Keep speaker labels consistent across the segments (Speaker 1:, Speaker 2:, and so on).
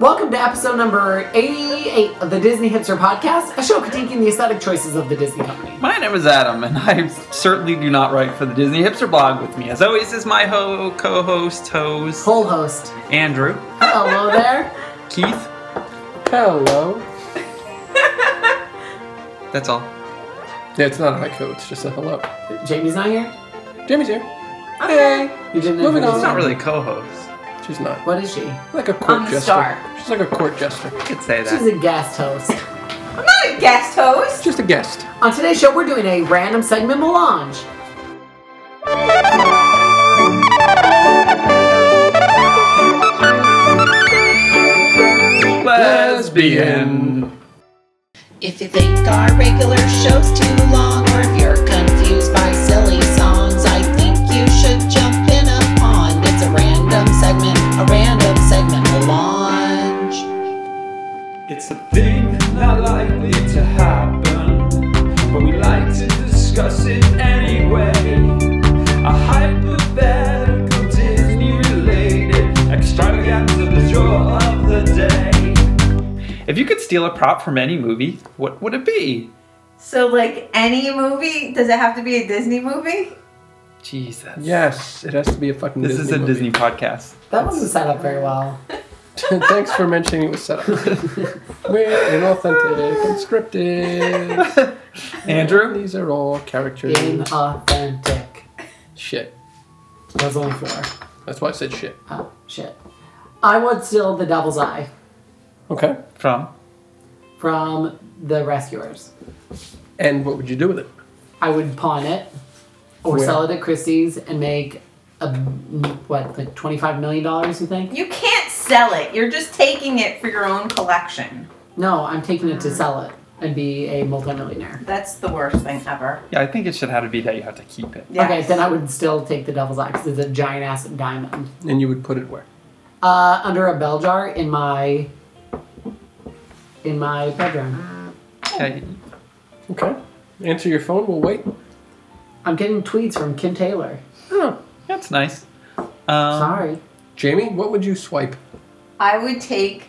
Speaker 1: Welcome to episode number 88 of the Disney Hipster Podcast, a show critiquing the aesthetic choices of the Disney company.
Speaker 2: My name is Adam, and I certainly do not write for the Disney Hipster blog. With me, as always, is my ho- co-host, Toes,
Speaker 1: Whole host.
Speaker 2: Andrew,
Speaker 1: Hello there.
Speaker 2: Keith.
Speaker 3: Hello.
Speaker 2: That's all.
Speaker 3: Yeah, it's not a high code, it's just a hello.
Speaker 1: Jamie's not here?
Speaker 3: Jamie's here.
Speaker 1: Okay. You didn't
Speaker 3: Moving
Speaker 1: introduce
Speaker 3: on.
Speaker 2: It's not
Speaker 1: her.
Speaker 2: really a co-host.
Speaker 3: She's not.
Speaker 1: What is she?
Speaker 3: Like a court
Speaker 4: I'm the
Speaker 3: jester.
Speaker 4: star.
Speaker 3: She's like a court jester.
Speaker 2: I could say
Speaker 1: She's
Speaker 2: that.
Speaker 1: a guest host.
Speaker 4: I'm not a guest host.
Speaker 3: Just a guest.
Speaker 1: On today's show, we're doing a random segment melange.
Speaker 3: Lesbian.
Speaker 5: If you think our regular show's too long, or if you're confused by silly songs, I think you should jump in a pond. It's a random segment, a random segment launch.
Speaker 6: It's a thing not likely to happen, but we like to discuss it anyway. A hypothetical Disney related extravaganza, the draw of the day.
Speaker 2: If you could steal a prop from any movie, what would it be?
Speaker 4: So, like any movie, does it have to be a Disney movie?
Speaker 2: Jesus.
Speaker 3: Yes, it has to be a fucking
Speaker 2: This
Speaker 3: Disney
Speaker 2: is a
Speaker 3: movie.
Speaker 2: Disney podcast.
Speaker 1: That wasn't set up very well.
Speaker 3: Thanks for mentioning it was set up. We're inauthentic and scripted.
Speaker 2: Andrew,
Speaker 3: These are all characters.
Speaker 1: Inauthentic.
Speaker 3: Shit.
Speaker 1: That was only four.
Speaker 3: That's why I said shit.
Speaker 1: Oh, shit. I would steal the devil's eye
Speaker 3: Okay.
Speaker 2: from
Speaker 1: from the rescuers.
Speaker 3: And what would you do with it?
Speaker 1: I would pawn it or
Speaker 3: Where?
Speaker 1: sell it at Christie's and make a what like twenty five million dollars. You think?
Speaker 4: You can't sell it. You're just taking it for your own collection.
Speaker 1: No, I'm taking it to sell it and be a multimillionaire.
Speaker 4: That's the worst thing ever.
Speaker 2: yeah, I think it should have to be that you have to keep it.
Speaker 4: Yes.
Speaker 1: Okay, then I would still take the devil's eye because it's a giant ass diamond
Speaker 3: And you would put it where?
Speaker 1: uh, under a bell jar in my in my bedroom.
Speaker 2: Yeah,
Speaker 3: Okay. Answer your phone, we'll wait.
Speaker 1: I'm getting tweets from Kim Taylor.
Speaker 3: Oh.
Speaker 2: that's nice. Um,
Speaker 1: Sorry,
Speaker 3: Jamie, what would you swipe?
Speaker 4: I would take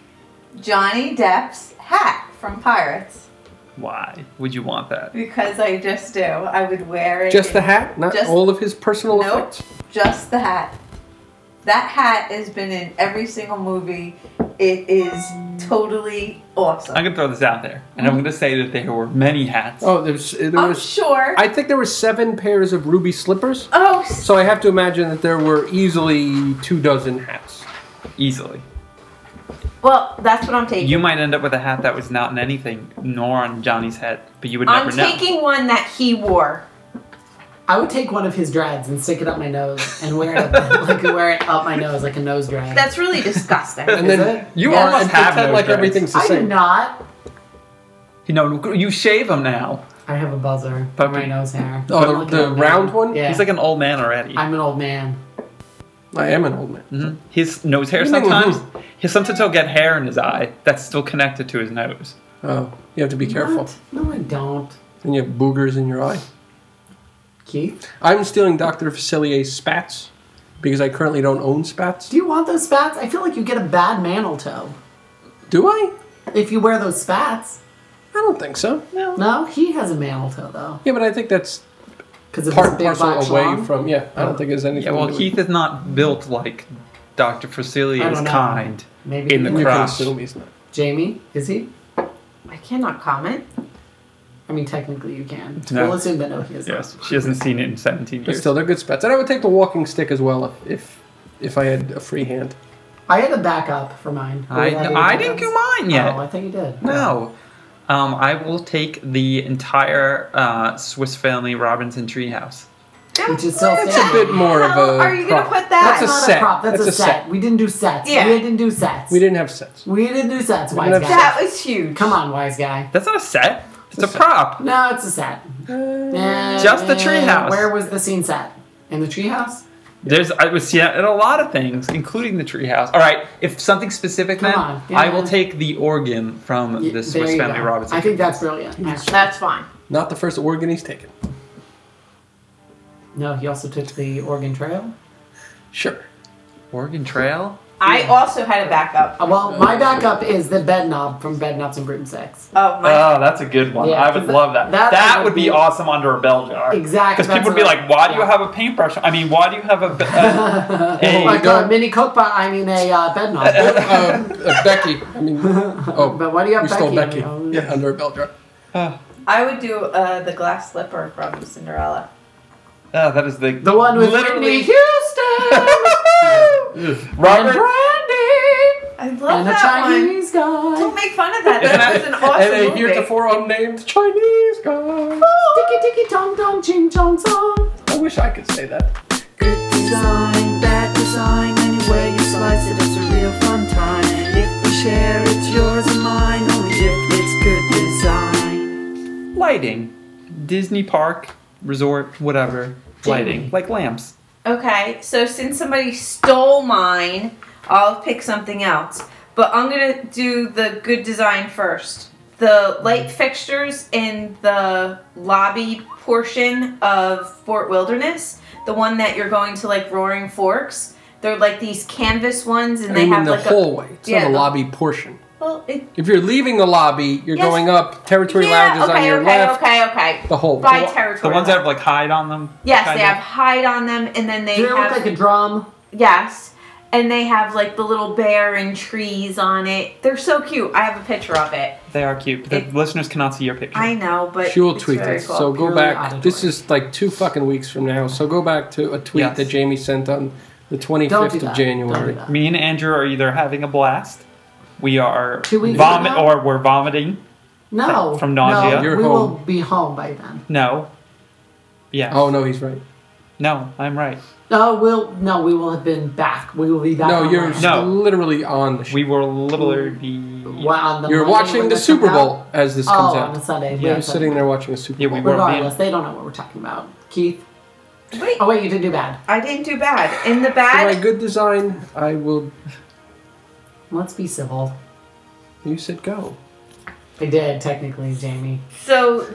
Speaker 4: Johnny Depp's hat from Pirates
Speaker 2: why would you want that?
Speaker 4: because I just do. I would wear it.
Speaker 3: Just the hat, not
Speaker 4: Just-
Speaker 3: all of his personal
Speaker 4: Nope.
Speaker 3: effects.
Speaker 4: Just the hat. That hat has been in every single movie. It is totally awesome.
Speaker 2: I'm gonna throw this out there, and I'm gonna say that there were many hats.
Speaker 3: Oh, there's there
Speaker 4: I'm
Speaker 3: was.
Speaker 4: sure.
Speaker 3: I think there were seven pairs of ruby slippers.
Speaker 4: oh, s-
Speaker 3: So I have to imagine that there were easily two dozen hats.
Speaker 2: easily.
Speaker 4: well, that's what I'm taking.
Speaker 2: You might end up with a hat that was not in anything, nor on Johnny's head, but you would never
Speaker 4: I'm
Speaker 2: know.
Speaker 4: taking one that he wore.
Speaker 1: I would take one of his dreads and stick it up my nose and wear it up, like wear it up my nose like a nose dread.
Speaker 4: That's really disgusting.
Speaker 3: And
Speaker 2: Is
Speaker 3: then
Speaker 2: it? You
Speaker 3: and
Speaker 2: almost have
Speaker 3: pretend
Speaker 2: those
Speaker 3: like
Speaker 2: dreads.
Speaker 3: everything's the
Speaker 1: I do
Speaker 3: same.
Speaker 1: not.
Speaker 2: You know, you shave him now.
Speaker 1: I have a buzzer for
Speaker 2: Puppy.
Speaker 1: my nose hair.
Speaker 3: Oh,
Speaker 1: I'm
Speaker 3: the-
Speaker 1: like
Speaker 3: the
Speaker 1: an old
Speaker 3: round
Speaker 1: man.
Speaker 3: one?
Speaker 1: Yeah.
Speaker 2: He's like an old man already.
Speaker 1: I'm an old man.
Speaker 3: I am an old man.
Speaker 2: Mhm. His nose hair
Speaker 3: What do you mean,
Speaker 2: sometimes.
Speaker 3: mhm?
Speaker 2: His sometimes he'll get hair in his eye that's still connected to his nose.
Speaker 3: Oh, you have to be careful.
Speaker 1: What? No, I don't.
Speaker 3: And you have boogers in your eye.
Speaker 1: Keith,
Speaker 3: I'm stealing Dr. Facilier's spats because I currently don't own spats.
Speaker 1: do you want those spats? I feel like you get a bad mantle toe
Speaker 3: Do I?
Speaker 1: if you wear those spats.
Speaker 3: I don't think so.
Speaker 1: No, he has a mantle toe though,
Speaker 3: Yeah, but I think that's
Speaker 1: because of
Speaker 3: part
Speaker 1: his
Speaker 3: and
Speaker 1: big
Speaker 3: parcel
Speaker 1: black
Speaker 3: away
Speaker 1: schlong.
Speaker 3: from. Yeah, I don't think there's anything.
Speaker 2: Yeah, well,
Speaker 3: to it.
Speaker 2: Keith is not built like Dr.
Speaker 1: I
Speaker 2: Frasilia
Speaker 1: don't
Speaker 2: is
Speaker 1: know.
Speaker 2: kind.
Speaker 1: Maybe
Speaker 2: in the
Speaker 3: You can
Speaker 2: crotch.
Speaker 3: assume he's not.
Speaker 1: Jamie is he?
Speaker 4: I cannot comment.
Speaker 1: I mean, technically you can.
Speaker 2: No.
Speaker 1: We'll assume that no, he is.
Speaker 2: Yes, she hasn't seen it in 17
Speaker 3: But
Speaker 2: years.
Speaker 3: still, they're good spats. And I would take the walking stick as well if if, if I had a free hand.
Speaker 1: I had a backup for mine. Were
Speaker 2: I,
Speaker 1: you having
Speaker 2: I didn't do
Speaker 1: backups?
Speaker 2: mine yet.
Speaker 1: Oh, I think you did.
Speaker 2: No. Um, I will take the entire uh, Swiss Family Robinson treehouse.
Speaker 1: Which is so
Speaker 3: That's
Speaker 1: sad.
Speaker 3: a bit more of
Speaker 4: How
Speaker 3: a.
Speaker 4: are you gonna
Speaker 3: prop.
Speaker 4: put that?
Speaker 1: That's
Speaker 3: That's
Speaker 1: not
Speaker 3: a set.
Speaker 1: a prop. That's,
Speaker 3: That's
Speaker 1: a,
Speaker 3: a
Speaker 1: set.
Speaker 3: set.
Speaker 1: We didn't do sets.
Speaker 4: Yeah.
Speaker 1: We didn't do sets.
Speaker 3: We didn't have sets.
Speaker 1: We didn't do sets,
Speaker 3: We
Speaker 1: wise
Speaker 3: didn't
Speaker 1: guy.
Speaker 3: have
Speaker 4: that was huge.
Speaker 1: Come on, wise guy.
Speaker 2: That's not a set. It's,
Speaker 3: It's
Speaker 2: a,
Speaker 3: a
Speaker 2: prop.
Speaker 1: No, it's a set.
Speaker 3: Uh,
Speaker 1: And
Speaker 2: Just the treehouse.
Speaker 1: Where was the scene set? In the treehouse?
Speaker 2: There's I was yeah, and a lot of things, including the treehouse. All right, if something specific,
Speaker 1: Come
Speaker 2: then
Speaker 1: on, yeah.
Speaker 2: I will take the organ from
Speaker 1: Y-
Speaker 2: the
Speaker 1: there
Speaker 2: Swiss
Speaker 1: you
Speaker 2: Family
Speaker 1: go.
Speaker 2: Robinson.
Speaker 1: I think that's brilliant. actually.
Speaker 4: That's fine.
Speaker 3: Not the first organ he's taken.
Speaker 1: No, he also took the Oregon Trail.
Speaker 3: Sure.
Speaker 2: Oregon Trail.
Speaker 4: I also had a backup.
Speaker 3: Oh.
Speaker 1: Uh, Well, my backup is the bed knob from Bed Knobs and Broom Sex.
Speaker 4: Oh my!
Speaker 3: Uh.
Speaker 2: Oh, that's a good one.
Speaker 1: Yeah,
Speaker 2: I would
Speaker 1: 'cause
Speaker 2: love that.
Speaker 1: that-
Speaker 2: That,
Speaker 1: that
Speaker 2: would
Speaker 1: would
Speaker 2: be,
Speaker 1: be-
Speaker 2: awesome under a bell jar.
Speaker 1: Exactly.
Speaker 2: Because people would be like, why do you have a paintbrush? I mean, why do you have a. be- uh, a-
Speaker 1: have
Speaker 2: Hey,
Speaker 1: like
Speaker 3: don't-
Speaker 1: a mini coke pot? I mean a uh, bed knob.
Speaker 3: Uh, uh, Becky. I mean, oh,
Speaker 1: But why do you have
Speaker 3: we
Speaker 1: Becky?
Speaker 3: stole Becky.
Speaker 1: I mean,
Speaker 3: Yeah, under a bell jar.
Speaker 2: oh,
Speaker 4: I would do uh, the glass slipper from Cinderella.
Speaker 2: oh, that is the.
Speaker 1: The one with Whitney Houston and
Speaker 2: Robert.
Speaker 1: Brandy
Speaker 4: I love
Speaker 1: and a
Speaker 4: that one.
Speaker 1: Chinese guy.
Speaker 4: Don't make fun of that. That was an awesome
Speaker 3: and a
Speaker 4: movie.
Speaker 3: heretofore unnamed Chinese guy.
Speaker 1: Ticky ticky tong tong ching chong song.
Speaker 3: I wish I could say that.
Speaker 7: Good design, bad design, any way you slice it, it's a real fun time. And if we share, it's yours and mine, only if it's good design.
Speaker 2: Lighting. Disney park, resort, whatever. Lighting. Like lamps.
Speaker 4: Okay, so since somebody stole mine, I'll pick something else. But I'm gonna do the good design first. The light fixtures in the lobby portion of Fort Wilderness, the one that you're going to like Roaring Forks, they're like these canvas ones, and
Speaker 3: I
Speaker 4: they
Speaker 3: mean,
Speaker 4: have
Speaker 3: the
Speaker 4: like
Speaker 3: hallway. It's
Speaker 4: yeah,
Speaker 3: not
Speaker 4: the-
Speaker 3: the lobby portion.
Speaker 4: a well, it,
Speaker 3: If you're leaving the lobby, you're
Speaker 4: Yes.
Speaker 3: going up. Territory
Speaker 4: yeah,
Speaker 3: lounges
Speaker 4: okay,
Speaker 3: on your
Speaker 4: okay,
Speaker 3: left.
Speaker 4: okay, okay.
Speaker 3: The whole.
Speaker 4: By
Speaker 2: The-
Speaker 4: territory.
Speaker 2: The ones that have like hide on them.
Speaker 4: yes,
Speaker 2: kind
Speaker 4: they
Speaker 2: of.
Speaker 4: have hide on them, and then they
Speaker 1: Do they
Speaker 4: have
Speaker 1: look like a drum?
Speaker 4: Yes. And they have like the little bear and trees on it. They're so cute. I have a picture of it.
Speaker 2: They are cute. The
Speaker 4: It-
Speaker 2: listeners cannot see your picture.
Speaker 4: I know, but
Speaker 3: She will
Speaker 4: it's
Speaker 3: tweet
Speaker 4: very
Speaker 3: this.
Speaker 4: cool.
Speaker 3: So go
Speaker 1: Purely
Speaker 3: back.
Speaker 1: auditory.
Speaker 3: This is like two fucking weeks from now. So go back to a tweet
Speaker 2: Yes.
Speaker 3: that Jamie sent on the 25th
Speaker 1: Don't do that.
Speaker 3: of
Speaker 1: Don't do
Speaker 3: January.
Speaker 1: that.
Speaker 2: Me and Andrew are either having a blast, we are
Speaker 1: Two weeks
Speaker 2: vomit,
Speaker 1: from now?
Speaker 2: or we're vomiting.
Speaker 1: No.
Speaker 2: From nausea.
Speaker 1: No,
Speaker 3: You're
Speaker 1: we will
Speaker 3: home.
Speaker 1: be home by then.
Speaker 2: No. Yes.
Speaker 3: Oh no, he's right.
Speaker 2: No, I'm right.
Speaker 1: No, we'll no, we will have been back. We will be back.
Speaker 3: No,
Speaker 1: on
Speaker 3: you're
Speaker 1: Monday.
Speaker 2: No.
Speaker 3: literally on the. Sh-
Speaker 2: We were literally.
Speaker 1: Well, on the
Speaker 3: you're
Speaker 1: Monday
Speaker 3: watching
Speaker 1: when
Speaker 3: the
Speaker 1: this
Speaker 3: Super
Speaker 1: comes out?
Speaker 3: Bowl as this
Speaker 1: Oh, on
Speaker 3: comes
Speaker 1: a
Speaker 3: out.
Speaker 1: Sunday.
Speaker 2: Yeah.
Speaker 1: Yeah,
Speaker 3: You're sitting there watching a Super
Speaker 2: Yeah,
Speaker 3: Bowl.
Speaker 2: we were.
Speaker 1: Regardless, they don't know what we're talking about. Keith.
Speaker 4: Wait,
Speaker 1: Oh wait, you didn't do bad.
Speaker 4: I didn't do bad. In the
Speaker 3: For my
Speaker 4: bad,
Speaker 3: good design, I will.
Speaker 1: Let's be civil.
Speaker 3: You said go.
Speaker 1: I did technically, Jamie.
Speaker 4: so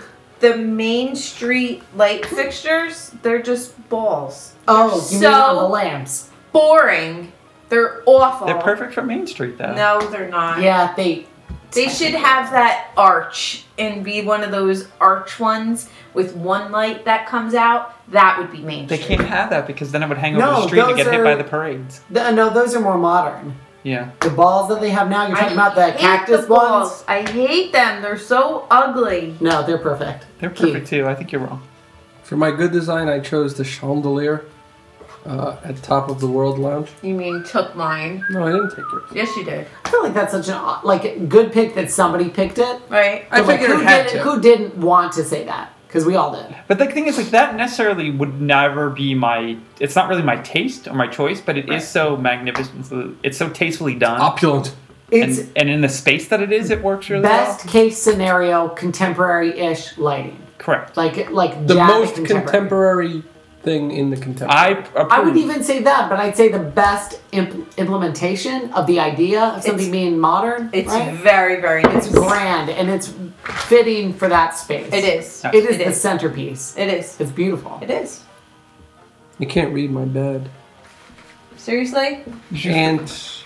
Speaker 4: the main street light fixtures, they're just balls.
Speaker 1: Oh, you mean on
Speaker 4: So-
Speaker 1: the lamps?
Speaker 4: Boring. They're awful.
Speaker 2: They're perfect for Main Street, though.
Speaker 4: No, they're not.
Speaker 1: Yeah, they.
Speaker 4: They should have that arch and be one of those arch ones with one light that comes out. That would be main
Speaker 2: They
Speaker 4: street.
Speaker 2: can't have that because then it would hang over the
Speaker 1: No,
Speaker 2: street and
Speaker 1: those
Speaker 2: get hit
Speaker 1: are-
Speaker 2: by the parades.
Speaker 1: th- uh, no, those are more modern.
Speaker 2: Yeah.
Speaker 1: The balls that they have now. You're talking about the
Speaker 4: I hate
Speaker 1: cactus
Speaker 4: the
Speaker 1: ones.
Speaker 4: balls. I hate them. They're so ugly.
Speaker 1: No, they're perfect.
Speaker 2: They're
Speaker 1: Keith.
Speaker 2: perfect, too. I think you're wrong.
Speaker 3: For my good design, I chose the chandelier uh, at the top of the World Lounge.
Speaker 4: You mean took mine?
Speaker 3: No, I didn't take yours.
Speaker 4: Yes, you did.
Speaker 1: I feel like that's such an odd- like good pick that somebody picked it.
Speaker 4: Right?
Speaker 3: I
Speaker 1: But, like,
Speaker 3: figured
Speaker 1: who
Speaker 3: it had
Speaker 1: didn't,
Speaker 3: to.
Speaker 1: Who didn't want to say that? Because we all did.
Speaker 2: But the thing is, like, that necessarily would never be my. It's not really my taste or my choice, but it is so magnificent. It's so tastefully done.
Speaker 3: Opulent.
Speaker 1: It's
Speaker 2: and, and in the space that it is, it works really
Speaker 1: best
Speaker 2: well.
Speaker 1: case scenario contemporary-ish lighting.
Speaker 2: Correct.
Speaker 1: Like like
Speaker 3: The
Speaker 1: jazz
Speaker 3: most contemporary thing in the contemporary.
Speaker 2: I approve.
Speaker 1: I would even say that, but I'd say the best imp- implementation of the idea of something
Speaker 4: It's-
Speaker 1: being modern.
Speaker 4: It's
Speaker 1: right?
Speaker 4: very, very nice.
Speaker 1: it's grand and it's fitting for that space.
Speaker 4: It is.
Speaker 1: It is
Speaker 4: It
Speaker 1: the
Speaker 4: is.
Speaker 1: centerpiece.
Speaker 4: It is.
Speaker 1: It's beautiful.
Speaker 4: It is.
Speaker 3: you can't read my bed.
Speaker 4: Seriously?
Speaker 3: And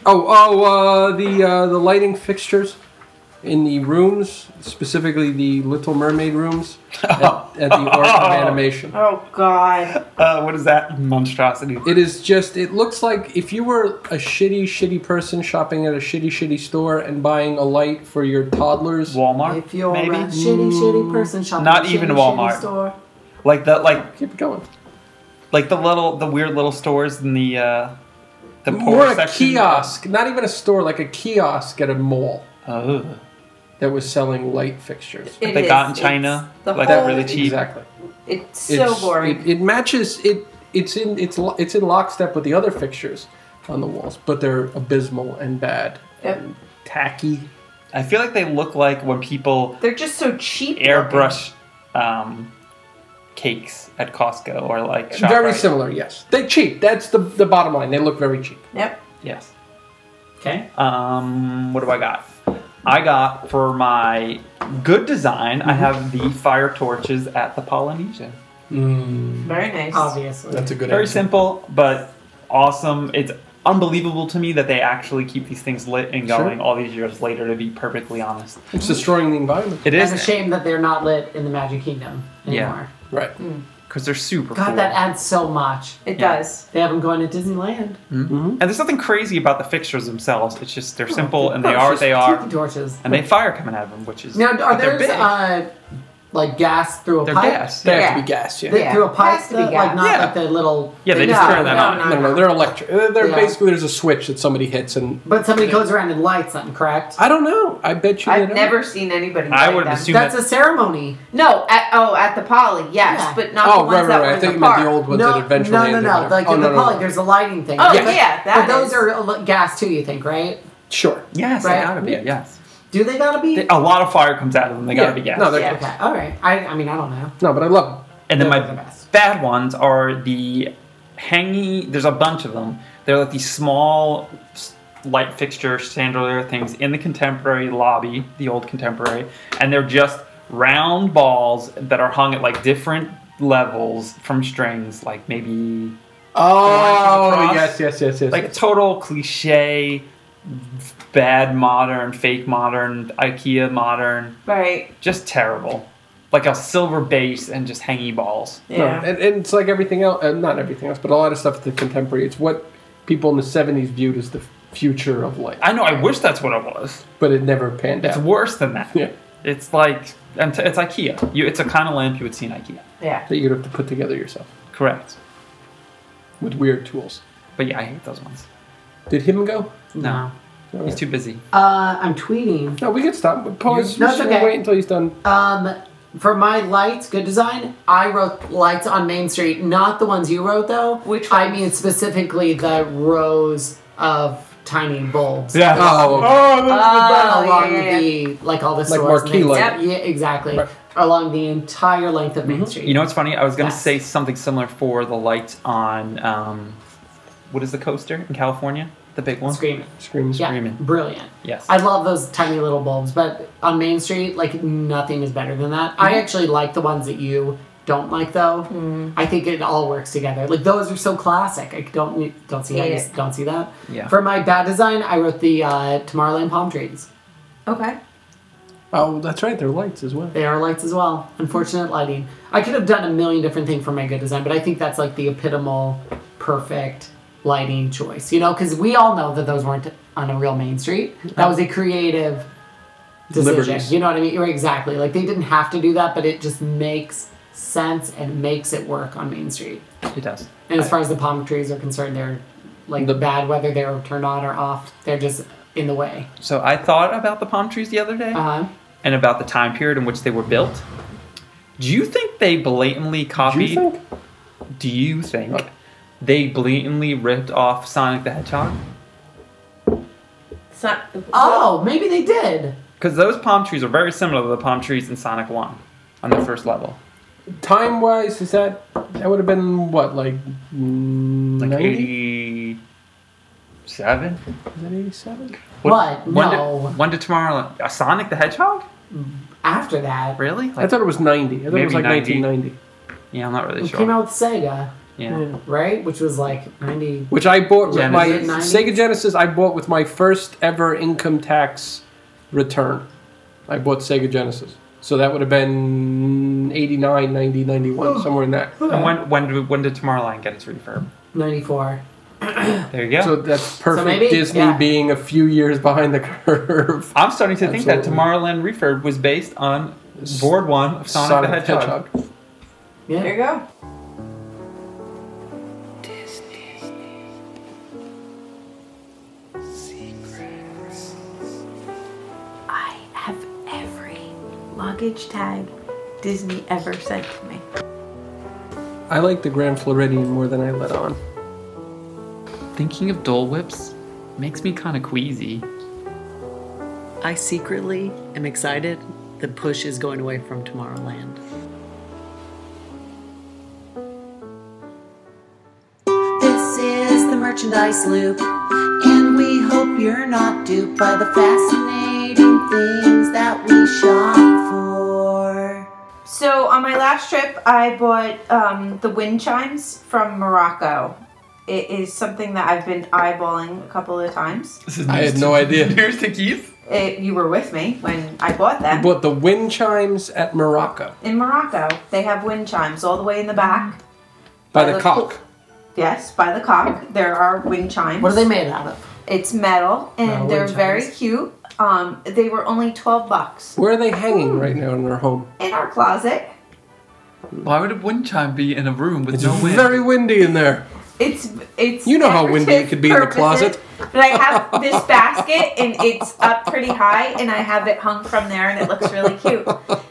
Speaker 3: oh oh uh, the uh, the lighting fixtures in the rooms, specifically the Little Mermaid rooms at, at the Art of Animation.
Speaker 4: Oh, God.
Speaker 2: Uh, what is that monstrosity?
Speaker 3: It is just it looks like if you were a shitty shitty person shopping at a shitty shitty store and buying a light for your toddlers.
Speaker 2: Walmart,
Speaker 1: If you're
Speaker 2: maybe.
Speaker 1: a shitty, shitty person shopping, at
Speaker 2: Not
Speaker 1: a
Speaker 2: even
Speaker 1: shitty,
Speaker 2: Walmart.
Speaker 1: shitty store.
Speaker 2: Like the like
Speaker 3: Keep it going.
Speaker 2: like the little the weird little stores in the uh the poor
Speaker 3: More a
Speaker 2: section.
Speaker 3: kiosk, not even a store, like a kiosk at a mall
Speaker 2: Oh,
Speaker 3: that was selling light fixtures.
Speaker 4: It
Speaker 2: they
Speaker 4: is.
Speaker 2: got in
Speaker 4: It's
Speaker 2: China,
Speaker 4: the
Speaker 2: like
Speaker 4: whole-
Speaker 2: really cheap.
Speaker 3: Exactly.
Speaker 4: It's so
Speaker 3: It's-
Speaker 4: boring.
Speaker 3: It, it matches it. It's in it's lo- it's in lockstep with the other fixtures on the walls, but they're abysmal and bad
Speaker 4: Yep.
Speaker 3: and tacky.
Speaker 2: I feel like they look like when people
Speaker 4: They're just so cheap.
Speaker 2: airbrush um cakes at Costco or like ShopRite.
Speaker 3: very similar, yes. They cheap. That's the the bottom line. They look very cheap.
Speaker 4: looking. Yep.
Speaker 2: Yes. Okay. Um, what do I got? I got for my good design.
Speaker 3: Mm-hmm.
Speaker 2: I have the fire torches at the Polynesia.
Speaker 4: Very nice.
Speaker 2: Mm,
Speaker 1: Obviously.
Speaker 3: a good.
Speaker 2: Very simple, but awesome. It's unbelievable to me that they actually keep these things lit and
Speaker 3: Sure.
Speaker 2: going all these years later. To be perfectly honest,
Speaker 3: It's destroying the environment.
Speaker 2: it
Speaker 1: It's
Speaker 2: is
Speaker 1: a shame that they're not lit in the Magic Kingdom
Speaker 2: Yeah.
Speaker 1: anymore.
Speaker 3: Right.
Speaker 4: Mm.
Speaker 2: because they're super.
Speaker 1: God,
Speaker 2: cool.
Speaker 1: that adds so much.
Speaker 4: It
Speaker 2: Yeah.
Speaker 4: does.
Speaker 1: They have them going to Disneyland.
Speaker 3: Mm-hmm.
Speaker 2: and there's nothing crazy about the fixtures themselves. It's just they're simple and they
Speaker 1: It's
Speaker 2: are
Speaker 1: just
Speaker 2: they are,
Speaker 1: Tiki torches.
Speaker 2: and they fire coming out of them, which is
Speaker 1: Now, are
Speaker 2: but
Speaker 1: there
Speaker 2: they're big.
Speaker 1: uh, like gas through a
Speaker 2: they're
Speaker 1: pipe?
Speaker 2: gas.
Speaker 3: They
Speaker 2: Yeah.
Speaker 3: have to
Speaker 4: Yeah.
Speaker 3: be gas, yeah.
Speaker 1: Th-
Speaker 4: Yeah.
Speaker 1: Through a pipe,
Speaker 4: Has to be
Speaker 1: though? like
Speaker 4: gas.
Speaker 1: not
Speaker 2: Yeah.
Speaker 1: like the little.
Speaker 2: Yeah, they
Speaker 1: thing.
Speaker 2: just
Speaker 1: No,
Speaker 2: turn that
Speaker 1: no,
Speaker 2: on.
Speaker 1: no,
Speaker 3: No, no,
Speaker 1: no.
Speaker 3: they're electric. They're, they're
Speaker 1: Yeah.
Speaker 3: basically there's a switch that somebody hits, and
Speaker 1: But somebody goes around and lights them, correct?
Speaker 3: I don't know. I bet you. they
Speaker 4: I've
Speaker 3: don't.
Speaker 4: never seen anybody.
Speaker 2: I
Speaker 4: like
Speaker 2: would've
Speaker 4: them.
Speaker 2: assumed-
Speaker 1: That's a ceremony.
Speaker 4: No, at, oh, at the Poly, yes,
Speaker 1: Yeah.
Speaker 4: but not the
Speaker 3: Oh,
Speaker 4: ones
Speaker 3: right,
Speaker 4: that
Speaker 3: right, right.
Speaker 4: were
Speaker 3: I think
Speaker 4: in the
Speaker 3: you meant
Speaker 4: park.
Speaker 3: the old ones
Speaker 1: no,
Speaker 3: that eventually
Speaker 1: no, no, no. Like
Speaker 3: oh,
Speaker 1: in
Speaker 3: no,
Speaker 1: the
Speaker 3: no, no.
Speaker 1: poly, there's a lighting thing.
Speaker 4: Oh,
Speaker 1: right?
Speaker 4: yeah,
Speaker 1: but
Speaker 4: that
Speaker 1: those
Speaker 4: is.
Speaker 1: are ele- gas too. You think, right?
Speaker 3: Sure.
Speaker 2: Yes,
Speaker 1: Right.
Speaker 2: they gotta be.
Speaker 3: Yeah.
Speaker 2: Yes,
Speaker 1: Do they gotta be?
Speaker 2: They- oh, a lot of fire comes out of them. They gotta
Speaker 3: Yeah.
Speaker 2: be gas.
Speaker 3: No, they're
Speaker 4: Yeah.
Speaker 1: okay, all right. I, I mean, I don't know.
Speaker 3: No, but I love. Them.
Speaker 2: And then
Speaker 1: Those
Speaker 2: my
Speaker 1: are the best.
Speaker 2: bad ones are the hangy. There's a bunch of them. They're like these small s- light fixture chandelier things in the contemporary lobby, the old contemporary, and they're just round balls that are hung at like different levels from strings, like maybe
Speaker 3: Oh
Speaker 2: across.
Speaker 3: yes, yes, yes, yes.
Speaker 2: like a total cliche, bad modern, fake modern, IKEA modern,
Speaker 4: Right.
Speaker 2: just terrible. Like a silver base and just hangy balls.
Speaker 3: No,
Speaker 4: Yeah.
Speaker 3: and, and it's like everything else, uh, not everything else, but a lot of stuff at the contemporary. It's what people in the '70s viewed as the future of life,
Speaker 2: I know. I wish that's what it was.
Speaker 3: but it never panned
Speaker 2: It's
Speaker 3: out.
Speaker 2: worse than that.
Speaker 3: Yeah.
Speaker 2: It's like and t- it's IKEA. You, it's a kind of lamp you would see in IKEA.
Speaker 4: Yeah.
Speaker 3: That you'd have to put together yourself
Speaker 2: Correct.
Speaker 3: with weird tools.
Speaker 2: But yeah, I hate those ones.
Speaker 3: Did him go?
Speaker 2: No, he's too busy.
Speaker 1: Uh, I'm tweeting.
Speaker 3: No, we can stop. Pause.
Speaker 1: No, it's
Speaker 3: We'll
Speaker 1: okay.
Speaker 3: Wait until he's done.
Speaker 1: Um, for my lights, good design. I wrote lights on Main Street, not the ones you wrote though.
Speaker 4: Which
Speaker 1: I
Speaker 4: ones?
Speaker 1: mean specifically the rows of tiny bulbs.
Speaker 2: Yeah.
Speaker 3: Oh, okay.
Speaker 2: Oh, those-
Speaker 1: But
Speaker 4: Oh,
Speaker 1: along
Speaker 4: yeah, yeah, yeah.
Speaker 1: the like all the
Speaker 3: Like
Speaker 1: stores and
Speaker 3: marquee
Speaker 1: things.
Speaker 3: lighting.
Speaker 1: Yeah, exactly. Along the entire length of Main Street.
Speaker 2: Mm-hmm. you know what's funny? I was gonna
Speaker 1: Mm-hmm. Yes.
Speaker 2: say something similar for the lights on um, what is the coaster in California? The big one.
Speaker 1: screaming.
Speaker 3: Screams.
Speaker 1: Yeah,
Speaker 2: Screaming.
Speaker 1: brilliant.
Speaker 2: Yes.
Speaker 1: I love those tiny little bulbs, but on Main Street, like nothing is better than that. I actually like the ones that you don't like, though. I think it all works together. Like those are so classic. I don't don't see how you
Speaker 4: Yeah.
Speaker 1: don't see that.
Speaker 2: Yeah.
Speaker 1: For my bad design, I wrote the uh, Tomorrowland palm trees.
Speaker 4: Okay.
Speaker 3: Oh, that's right. They're lights as well.
Speaker 1: They are lights as well. Unfortunate lighting. I could have done a million different things for my good design, but I think that's like the epitomal, perfect lighting choice. You know, because we all know that those weren't on a real main street. That was a creative decision.
Speaker 3: Liberties.
Speaker 1: You know what I mean? Right, Exactly. Like they didn't have to do that, but it just makes sense and makes it work on Main Street.
Speaker 2: It does.
Speaker 1: And as far as the palm trees are concerned, they're like
Speaker 3: The-
Speaker 1: bad whether they're turned on or off. They're just in the way.
Speaker 2: So I thought about the palm trees the other day
Speaker 1: Uh,
Speaker 2: and about the time period in which they were built. Do you think they blatantly
Speaker 3: Do
Speaker 2: copied?
Speaker 3: you think?
Speaker 2: do you think
Speaker 3: Oh.
Speaker 2: they blatantly ripped off Sonic the Hedgehog?
Speaker 4: It's not.
Speaker 1: oh, maybe they did.
Speaker 2: Because those palm trees are very similar to the palm trees in Sonic 1 on the first level.
Speaker 3: Time wise, is that that would have been what like
Speaker 2: Like
Speaker 3: ninety?
Speaker 2: 87?
Speaker 3: Is that eighty-seven?
Speaker 1: What?
Speaker 2: When did-
Speaker 1: No.
Speaker 2: when did Tomorrowland? Uh, Sonic the Hedgehog?
Speaker 1: After that,
Speaker 2: Really? Like,
Speaker 3: I thought it was ninety. I thought it
Speaker 2: Maybe
Speaker 3: was like
Speaker 2: 90.
Speaker 3: nineteen ninety.
Speaker 2: yeah, I'm not really
Speaker 1: It
Speaker 2: sure.
Speaker 1: came out with Sega,
Speaker 2: yeah.
Speaker 1: right? Which was like 90.
Speaker 3: Which I bought with my
Speaker 1: Genesis.
Speaker 3: Sega Genesis. I bought with my first ever income tax return. I bought Sega Genesis, so that would have been 89, 90, 91, somewhere in that.
Speaker 2: And when when did, when did Tomorrowland get its refurb?
Speaker 1: 94.
Speaker 2: There you go.
Speaker 3: So that's perfect.
Speaker 1: maybe,
Speaker 3: Disney
Speaker 1: yeah.
Speaker 3: being a few years behind the curve.
Speaker 2: I'm starting to think that
Speaker 3: Absolutely.
Speaker 2: Tomorrowland refurb was based on board one of Sonic, the Hedgehog.
Speaker 4: There
Speaker 1: Yeah.
Speaker 4: you go. I have every luggage tag Disney ever sent to me.
Speaker 3: I like the Grand Floridian more than I let on.
Speaker 2: Thinking of Dole Whips makes me kind of queasy.
Speaker 8: I secretly am excited the push is going away from Tomorrowland.
Speaker 5: This is the merchandise loop, and we hope you're not duped by the fascinating things that we shop for.
Speaker 4: So on my last trip, I bought um, the wind chimes from Morocco, It is something that I've been eyeballing a couple of times.
Speaker 2: This is
Speaker 3: I
Speaker 2: news
Speaker 3: had
Speaker 2: to-
Speaker 3: no idea.
Speaker 2: Here's to Keith.
Speaker 4: It, you were with me when I bought them.
Speaker 3: But the wind chimes at Morocco
Speaker 4: In Morocco, they have wind chimes all the way in the back.
Speaker 3: by
Speaker 4: By
Speaker 3: the
Speaker 4: the
Speaker 3: cock.
Speaker 4: Yes, by the cock, there are wind chimes.
Speaker 1: What are they made out of?
Speaker 4: It's metal, and
Speaker 1: Metal
Speaker 4: they're
Speaker 1: wind
Speaker 4: very
Speaker 1: chimes.
Speaker 4: cute. Um, they were only twelve bucks
Speaker 3: Where are they hanging right now in their home?
Speaker 4: in our closet.
Speaker 2: Why would a wind chime be in a room with
Speaker 3: It's
Speaker 2: no wind?
Speaker 3: very windy in there.
Speaker 4: It's it's.
Speaker 3: You know how windy it
Speaker 4: decorative
Speaker 3: could be in the
Speaker 4: purposes,
Speaker 3: closet.
Speaker 4: But I have this basket, and it's up pretty high, and I have it hung from there, and it looks really cute.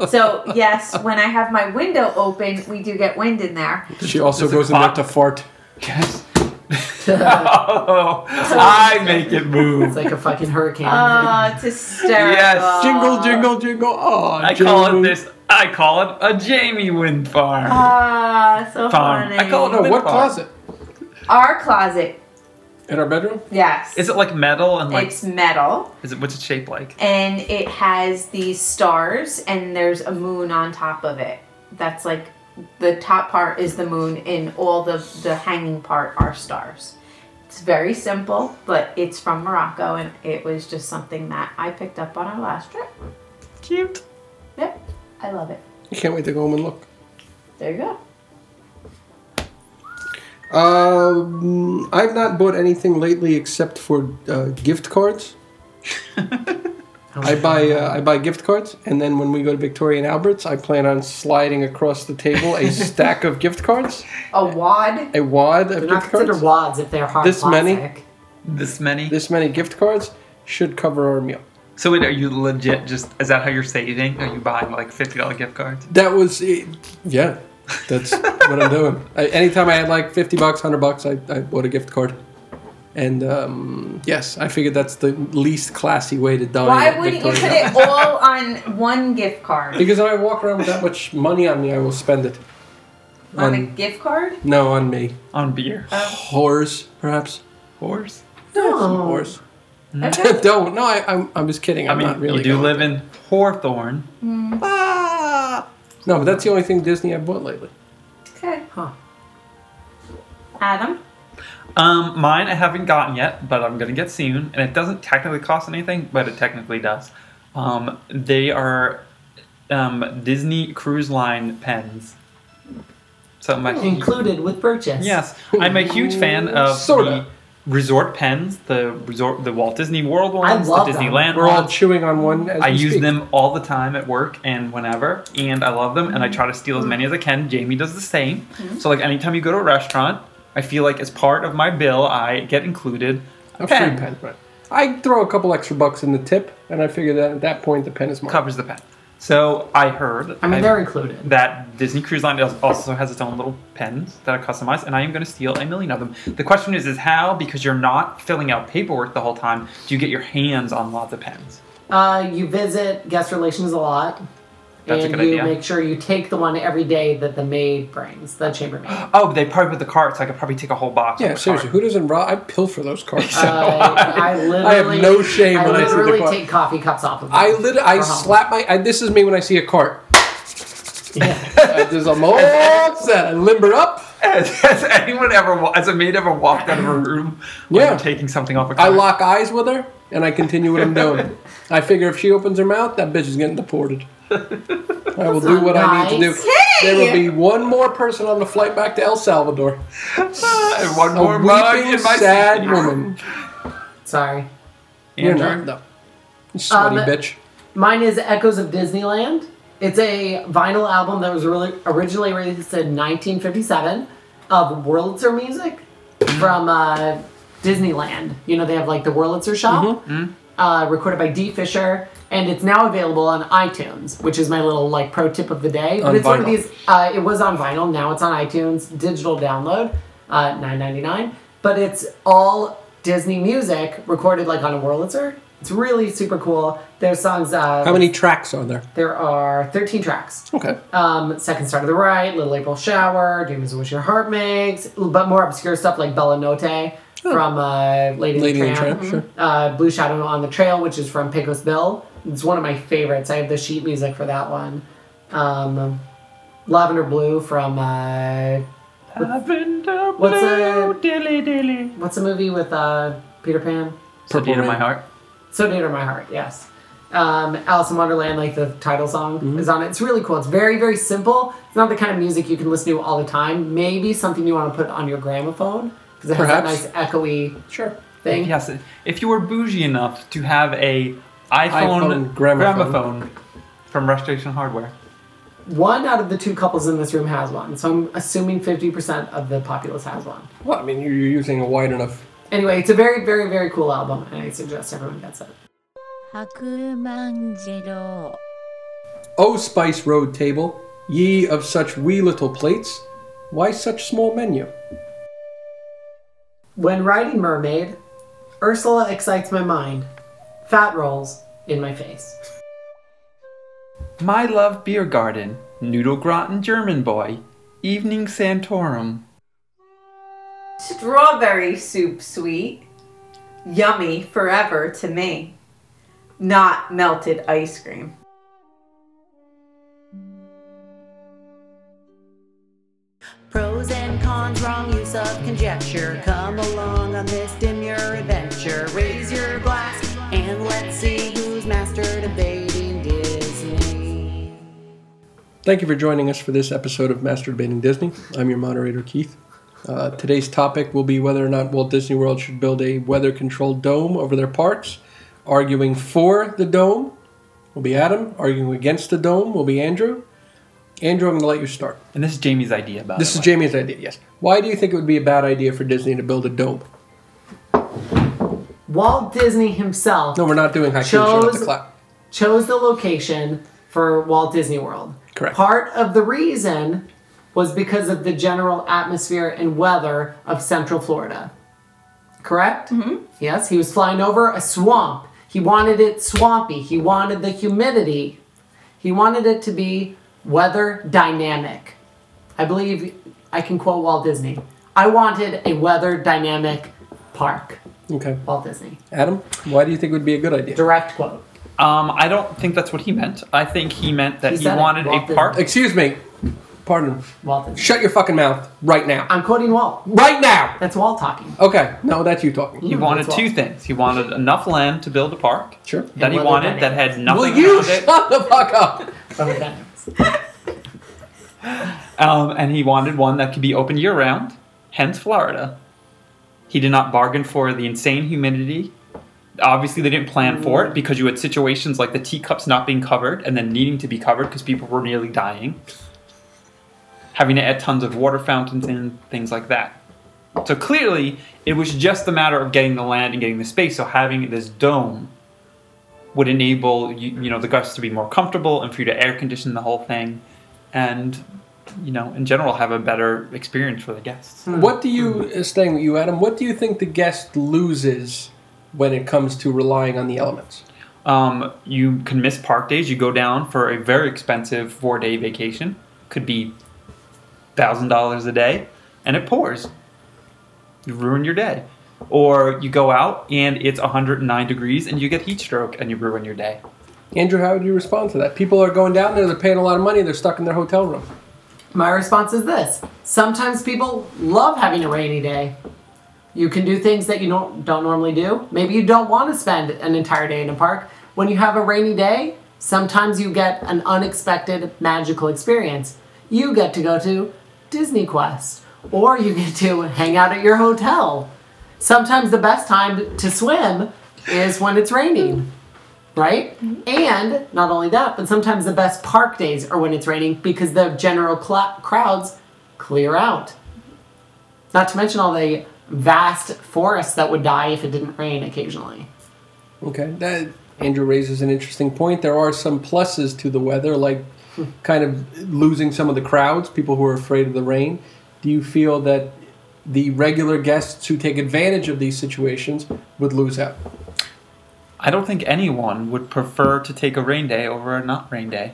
Speaker 4: So yes, when I have my window open, we do get wind in there.
Speaker 3: She also
Speaker 2: There's a
Speaker 3: goes in there
Speaker 2: clock.
Speaker 3: to fart.
Speaker 2: Yes. oh, I make it
Speaker 1: It's
Speaker 2: move.
Speaker 1: like a fucking hurricane.
Speaker 8: Uh,
Speaker 4: Oh, it's hysterical.
Speaker 2: Yes,
Speaker 3: Jingle, jingle, jingle. Oh,
Speaker 2: Ah. I call it
Speaker 3: jingle.
Speaker 2: this. I call it a Jamie wind farm.
Speaker 4: Ah, so
Speaker 2: Fine.
Speaker 4: funny.
Speaker 2: I call it
Speaker 3: No, what
Speaker 2: Wind farm.
Speaker 3: closet?
Speaker 4: Our closet.
Speaker 3: In our bedroom?
Speaker 4: Yes.
Speaker 2: is it like metal and like?
Speaker 4: it's metal
Speaker 2: Is it what's it shaped like?
Speaker 4: and it has these stars and there's a moon on top of it. That's like the top part is the moon and all the the hanging part are stars. It's very simple, but it's from Morocco and it was just something that I picked up on our last trip.
Speaker 2: Cute.
Speaker 4: Yep. I love it.
Speaker 3: I can't wait to go home and look.
Speaker 4: There you go.
Speaker 3: Um, I've not bought anything lately except for uh, gift cards. I buy uh, I buy gift cards, and then when we go to Victoria and Alberts, I plan on sliding across the table a stack of gift cards,
Speaker 4: A wad.
Speaker 3: a wad
Speaker 1: they're
Speaker 3: of
Speaker 1: not
Speaker 3: gift cards.
Speaker 1: considered wads if they're hard
Speaker 3: This many?
Speaker 1: plastic.
Speaker 2: This many.
Speaker 3: This many gift cards should cover our meal.
Speaker 2: so wait, are you legit? Just is that how you're saving? Are you buying like fifty dollar gift cards?
Speaker 3: That was it. yeah. That's what I'm doing. I, anytime I had like fifty bucks, hundred bucks, I, I bought a gift card. And um, yes, I figured that's the least classy way to dine.
Speaker 4: Why
Speaker 3: at
Speaker 4: wouldn't you
Speaker 3: Oh, Victoria
Speaker 4: put
Speaker 3: and Alberts.
Speaker 4: it all on one gift card?
Speaker 3: Because if I walk around with that much money on me, I will spend it.
Speaker 4: On a
Speaker 3: On-
Speaker 4: gift card?
Speaker 3: No, on me.
Speaker 2: On beer.
Speaker 3: Whores, perhaps.
Speaker 2: Horse.
Speaker 4: Oh.
Speaker 1: No.
Speaker 3: Whores.
Speaker 4: Okay.
Speaker 3: Don't. No, I, I'm, I'm just kidding.
Speaker 2: I
Speaker 3: I'm
Speaker 2: mean,
Speaker 3: not really.
Speaker 2: you do
Speaker 3: going.
Speaker 2: live in Hawthorne.
Speaker 3: Ah! No, but that's the only thing Disney I've bought lately.
Speaker 4: Okay.
Speaker 1: Huh.
Speaker 4: Adam?
Speaker 2: Um, mine I haven't gotten yet, but I'm gonna get soon, and it doesn't technically cost anything, but it technically does. Um, they are um, Disney Cruise Line pens. So
Speaker 3: Hmm.
Speaker 2: I'm a huge,
Speaker 1: Included with purchase.
Speaker 2: yes, I'm a huge fan of
Speaker 3: Sorta.
Speaker 2: the resort pens, the resort, the Walt Disney World ones,
Speaker 1: love
Speaker 2: the
Speaker 1: them.
Speaker 2: Disneyland
Speaker 3: We're all
Speaker 2: ones.
Speaker 3: chewing on one. As
Speaker 2: I
Speaker 3: we
Speaker 2: use
Speaker 3: speak.
Speaker 2: them all the time at work and whenever, and I love them,
Speaker 3: Mm-hmm.
Speaker 2: and I try to steal as many as I can. Jamie does the same. So, like, anytime you go to a restaurant, I feel like as part of my bill, I get included
Speaker 3: A free pen. Right. I throw a couple extra bucks in the tip, and I figure that at that point the pen is mine.
Speaker 2: Covers the pen. So, I heard
Speaker 1: I mean,
Speaker 2: I-
Speaker 1: they're included.
Speaker 2: that Disney Cruise Line does- also has its own little pens that are customized, and I am going to steal a million of them. The question is, is how? Because you're not filling out paperwork the whole time, do you get your hands on lots of pens?
Speaker 1: Uh, you visit guest relations a lot.
Speaker 2: That's a
Speaker 1: and
Speaker 2: good
Speaker 1: you
Speaker 2: idea.
Speaker 1: make sure you take the one every day that the maid brings, the chambermaid.
Speaker 2: Oh, they probably put the cards, so I could probably take a whole box.
Speaker 3: Yeah,
Speaker 2: of the
Speaker 3: seriously.
Speaker 2: card.
Speaker 3: Who doesn't rob? I pilfer those cards.
Speaker 1: Uh, I literally,
Speaker 3: no shame
Speaker 1: I
Speaker 3: when I see the
Speaker 1: literally
Speaker 3: clock.
Speaker 1: take coffee cups off of.
Speaker 3: I
Speaker 1: them
Speaker 3: lit. I
Speaker 2: uh-huh.
Speaker 1: for home.
Speaker 3: slap my. I, this is me when I see a cart.
Speaker 1: Yeah.
Speaker 3: I just, I'm all set. I limber up.
Speaker 2: Has, has anyone ever, wa- has a maid ever walked out of a room
Speaker 3: Yeah.
Speaker 2: like, taking something off a
Speaker 3: I
Speaker 2: card?
Speaker 3: lock eyes with her and I continue what I'm doing. I figure if she opens her mouth, that bitch is getting deported. I will do what I need to do.
Speaker 1: Nice.
Speaker 3: There will be one more person on the flight back to El Salvador.
Speaker 2: Ah, and one
Speaker 3: A
Speaker 2: more mug
Speaker 3: weeping,
Speaker 2: in my
Speaker 3: sad
Speaker 2: seat.
Speaker 3: woman.
Speaker 1: Sorry.
Speaker 3: You're
Speaker 2: Andrew?
Speaker 3: not, no. You sweaty
Speaker 1: Um,
Speaker 3: bitch.
Speaker 1: Mine is Echoes of Disneyland. It's a vinyl album that was really originally released in 1957 of Wurlitzer music from uh, Disneyland. You know, they have like the Wurlitzer shop,
Speaker 3: Mm-hmm.
Speaker 1: Uh, recorded by Dee Fisher, and it's now available on iTunes, which is my little like pro tip of the day. But
Speaker 3: On
Speaker 1: it's one of
Speaker 3: vinyl.
Speaker 1: these. Uh, it was on vinyl, now it's on iTunes, digital download, uh, 9.99. But it's all Disney music recorded like on a Wurlitzer. It's really super cool. There's songs. Uh,
Speaker 3: How many tracks are there?
Speaker 1: there are 13 tracks.
Speaker 3: Oh. Okay.
Speaker 1: Um, Second Star to the Right, Little April Shower, Dreams of Wish Your Heart Makes, but more obscure stuff like Bella Notte from uh, Lady,
Speaker 3: Lady
Speaker 1: and
Speaker 3: and
Speaker 1: the Tramp.
Speaker 3: Tramp, sure.
Speaker 1: Uh, Blue Shadow on the Trail, which is from Pecos Bill. It's one of my favorites. I have the sheet music for that one. Um, Lavender Blue from uh,
Speaker 2: Happened to
Speaker 1: What's
Speaker 2: blue
Speaker 1: that?
Speaker 2: dilly dilly.
Speaker 1: What's a movie with uh, Peter Pan?
Speaker 2: So dear
Speaker 3: Purple
Speaker 2: to my
Speaker 3: Rain.
Speaker 2: heart.
Speaker 1: So Dear to My Heart, yes. Um, Alice in Wonderland, like the title song, is on it. It's really cool. It's very, very simple. It's not the kind of music you can listen to all the time. Maybe something you want to put on your gramophone because it has
Speaker 3: Perhaps.
Speaker 1: that nice echoey
Speaker 3: Sure.
Speaker 1: thing.
Speaker 2: Yes, if you were bougie enough to have a iPhone,
Speaker 3: iPhone gramophone.
Speaker 2: gramophone from Rush Station Hardware,
Speaker 1: One out of the two couples in this room has one, so I'm assuming 50% of the populace has one.
Speaker 3: Well, I mean, you're you're using a wide enough.
Speaker 1: Anyway, it's a very, very, very cool album, and I suggest everyone gets it.
Speaker 9: 白万次郎
Speaker 3: O Oh, Spice Road table, ye of such wee little plates, why such small menu?
Speaker 1: When riding Mermaid, Ursula excites my mind. Fat rolls in my face.
Speaker 2: My Love Beer Garden, Noodle Gratin German Boy, Evening Santorum.
Speaker 4: Strawberry soup sweet. Yummy forever to me. Not melted ice cream.
Speaker 5: Pros and cons, wrong use of conjecture. Come along on this demure adventure. Raise your glass and let's see who's master debating Disney.
Speaker 3: Thank you for joining us for this episode of Masturbating Disney. I'm your moderator, Keith. Uh, today's topic will be whether or not Walt Disney World should build a weather controlled dome over their parks. Arguing for the dome will be Adam. Arguing against the dome will be Andrew. Andrew, I'm going to let you start.
Speaker 2: And this is Jamie's idea about
Speaker 3: This is Jamie's idea, yes. Why do you think it would be a bad idea for Disney to build a dome?
Speaker 1: Walt Disney himself
Speaker 3: No, we're not doing haiku. Show
Speaker 1: Chose-
Speaker 3: not the clap.
Speaker 1: chose the location for Walt Disney World.
Speaker 3: Correct.
Speaker 1: Part of the reason was because of the general atmosphere and weather of Central Florida. Correct? Mm-hmm. Yes, he was flying over a swamp. He wanted it swampy. He wanted the humidity. He wanted it to be weather dynamic. I believe I can quote Walt Disney. I wanted a weather dynamic park.
Speaker 3: Okay.
Speaker 1: Walt Disney.
Speaker 3: Adam, why do you think it would be a good idea?
Speaker 1: Direct quote.
Speaker 2: Um, I don't think that's what he meant. I think he meant that
Speaker 1: He
Speaker 2: he,
Speaker 1: said it.
Speaker 2: wanted
Speaker 1: Walt
Speaker 2: a
Speaker 1: Disney.
Speaker 2: park.
Speaker 3: Excuse me. Pardon.
Speaker 1: Walt Disney.
Speaker 3: Shut your fucking mouth right now.
Speaker 1: I'm quoting Walt.
Speaker 3: Right now!
Speaker 1: That's Walt talking.
Speaker 3: Okay. No, that's you talking.
Speaker 2: He
Speaker 1: Mm,
Speaker 2: wanted
Speaker 1: that's Walt.
Speaker 2: two things. He wanted enough land to build a park
Speaker 3: Sure.
Speaker 2: that he
Speaker 1: weather
Speaker 2: wanted that had
Speaker 3: Will
Speaker 2: nothing
Speaker 3: you
Speaker 2: around it.
Speaker 3: shut the fuck up?
Speaker 1: Other dynamics.
Speaker 2: Um, and he wanted one that could be open year round, hence Florida. He did not bargain for the insane humidity. Obviously, they didn't plan for it because you had situations like the teacups not being covered and then needing to be covered because people were nearly dying. Having to add tons of water fountains in, things like that. So clearly, it was just a matter of getting the land and getting the space. So having this dome would enable you, you know the guests to be more comfortable and for you to air condition the whole thing, and you know in general have a better experience for the guests.
Speaker 3: What do you, uh, staying with you, Adam, what do you think the guest loses when it comes to relying on the elements?
Speaker 2: Um, you can miss park days. You go down for a very expensive four day vacation, could be thousand dollars a day, and it pours. You ruin your day. Or you go out and it's 109 degrees and you get heat stroke and you ruin your day.
Speaker 3: Andrew, how would you respond to that? People are going down there, they're paying a lot of money, they're stuck in their hotel room.
Speaker 1: My response is this. Sometimes people love having a rainy day. You can do things that you don't, don't normally do. Maybe you don't want to spend an entire day in a park. When you have a rainy day, sometimes you get an unexpected magical experience. You get to go to Disney Quest, or you get to hang out at your hotel. Sometimes the best time to swim is when it's raining, right? And not only that, but sometimes the best park days are when it's raining because the general cla crowds clear out. Not to mention all the vast forests that would die if it didn't rain occasionally.
Speaker 3: Okay, that Andrew raises an interesting point. There are some pluses to the weather, like kind of losing some of the crowds, people who are afraid of the rain. Do you feel that the regular guests who take advantage of these situations would lose out?
Speaker 2: I don't think anyone would prefer to take a rain day over a not rain day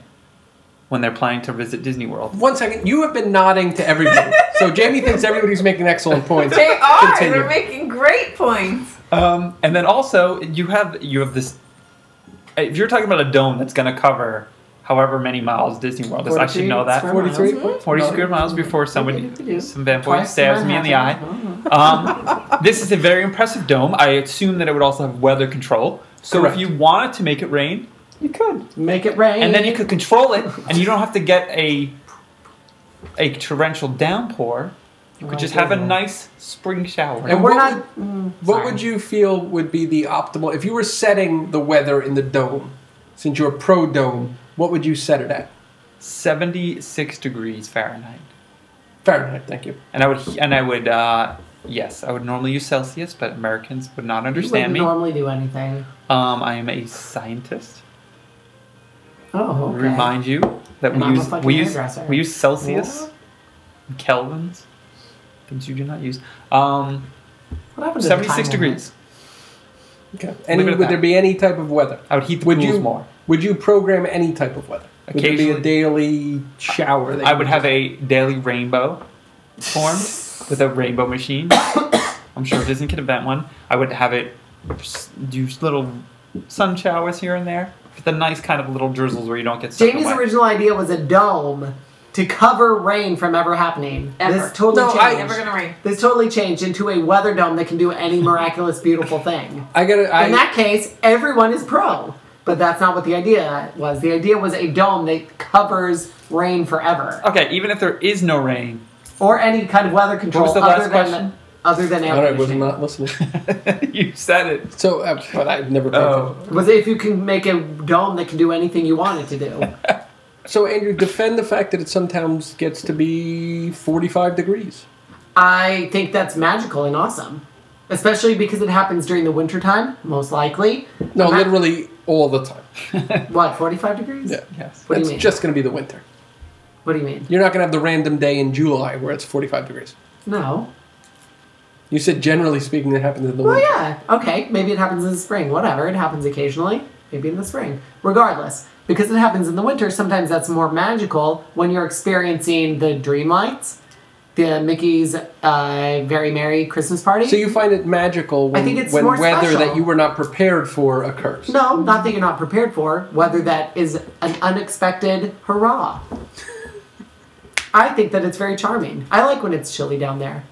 Speaker 2: when they're planning to visit Disney World.
Speaker 3: One second, you have been nodding to everybody. so Jamie thinks everybody's making excellent points.
Speaker 4: They are.
Speaker 3: Continue.
Speaker 4: They're making great points.
Speaker 2: Um, and then also you have you have this. If you're talking about a dome that's going to cover however many miles Disney World is. I should know that.
Speaker 3: 43?
Speaker 2: 40 square miles before somebody, some vampire
Speaker 1: Twice
Speaker 2: stabs me in the eye. Um, this is a very impressive dome. I assume that it would also have weather control. So
Speaker 3: Correct.
Speaker 2: if you wanted to make it rain, you could,
Speaker 1: Make it rain.
Speaker 2: and then you could control it, and you don't have to get a a torrential downpour. You could just have a nice spring shower.
Speaker 3: And
Speaker 1: We're
Speaker 3: what
Speaker 1: not-
Speaker 3: Would, what would you feel would be the optimal if you were setting the weather in the dome? Since you're pro dome, what would you set it at?
Speaker 2: 76 degrees Fahrenheit.
Speaker 3: Fahrenheit. Thank you.
Speaker 2: And I would and I would uh, yes, I would normally use Celsius, but Americans would not
Speaker 1: You wouldn't
Speaker 2: understand me.
Speaker 1: normally do anything.
Speaker 2: Um, I am a scientist.
Speaker 1: Oh, okay.
Speaker 2: Remind you that
Speaker 1: And
Speaker 2: we
Speaker 1: I'm a
Speaker 2: use
Speaker 1: fucking
Speaker 2: we use
Speaker 1: hairdresser.
Speaker 2: we use Celsius, and kelvins, things you do not use. Um,
Speaker 1: What happened to the
Speaker 2: 76
Speaker 1: timeline?
Speaker 2: degrees.
Speaker 3: Okay. And
Speaker 2: Leave it
Speaker 3: would
Speaker 2: at
Speaker 3: there
Speaker 2: that.
Speaker 3: be any type of weather?
Speaker 2: I would heat the
Speaker 3: Would
Speaker 2: pools
Speaker 3: you
Speaker 2: more.
Speaker 3: Would you program any type of weather? Would there be a
Speaker 2: Occasionally.
Speaker 3: daily shower? that
Speaker 2: I
Speaker 3: you
Speaker 2: would have a daily rainbow form with a rainbow machine. I'm sure Disney could invent one. I would have it s- do little sun showers here and there. But the nice kind of little drizzles where you don't get stuck in
Speaker 1: Jamie's
Speaker 2: wet.
Speaker 1: original idea was a dome to cover rain from ever happening.
Speaker 4: Ever.
Speaker 1: This totally
Speaker 3: No, I-
Speaker 1: changed.
Speaker 4: Never gonna rain.
Speaker 1: this totally changed into a weather dome that can do any miraculous, beautiful thing.
Speaker 3: I gotta. I,
Speaker 1: In that case, everyone is pro. But that's not what the idea was. The idea was a dome that covers rain forever.
Speaker 2: Okay, even if there is no rain,
Speaker 1: Or any kind of weather control
Speaker 2: was the
Speaker 1: other
Speaker 2: last
Speaker 1: than
Speaker 2: question?
Speaker 1: other than air
Speaker 3: All right, was
Speaker 1: conditioning.
Speaker 3: not listening.
Speaker 2: you said it.
Speaker 3: So, uh, but I've never. paid attention.
Speaker 2: Oh,
Speaker 1: Was if you can make a dome that can do anything you want it to do.
Speaker 3: So, Andrew, defend the fact that it sometimes gets to be 45 degrees.
Speaker 1: I think that's magical and awesome. Especially because it happens during the wintertime, most likely.
Speaker 3: No,
Speaker 1: Ma-
Speaker 3: literally all the time.
Speaker 1: What, 45 degrees?
Speaker 3: Yeah.
Speaker 2: yes.
Speaker 1: What do you
Speaker 3: That's
Speaker 1: mean?
Speaker 3: just going to be the winter.
Speaker 1: What do you mean?
Speaker 3: You're not going to have the random day in July where it's 45 degrees.
Speaker 1: No.
Speaker 3: You said generally speaking, that happens in the
Speaker 1: Well,
Speaker 3: winter.
Speaker 1: yeah. Okay. Maybe it happens in the spring. Whatever. It happens occasionally. Maybe in the spring. Regardless, because it happens in the winter, sometimes that's more magical when you're experiencing the dream lights, the Mickey's uh, Very Merry Christmas Party.
Speaker 3: So you find it magical when,
Speaker 1: I think it's
Speaker 3: when
Speaker 1: more
Speaker 3: weather
Speaker 1: special.
Speaker 3: that you were not prepared for occurs.
Speaker 1: no, not that you're not prepared for. Whether that is an unexpected hurrah. I think that it's very charming. I like when it's chilly down there.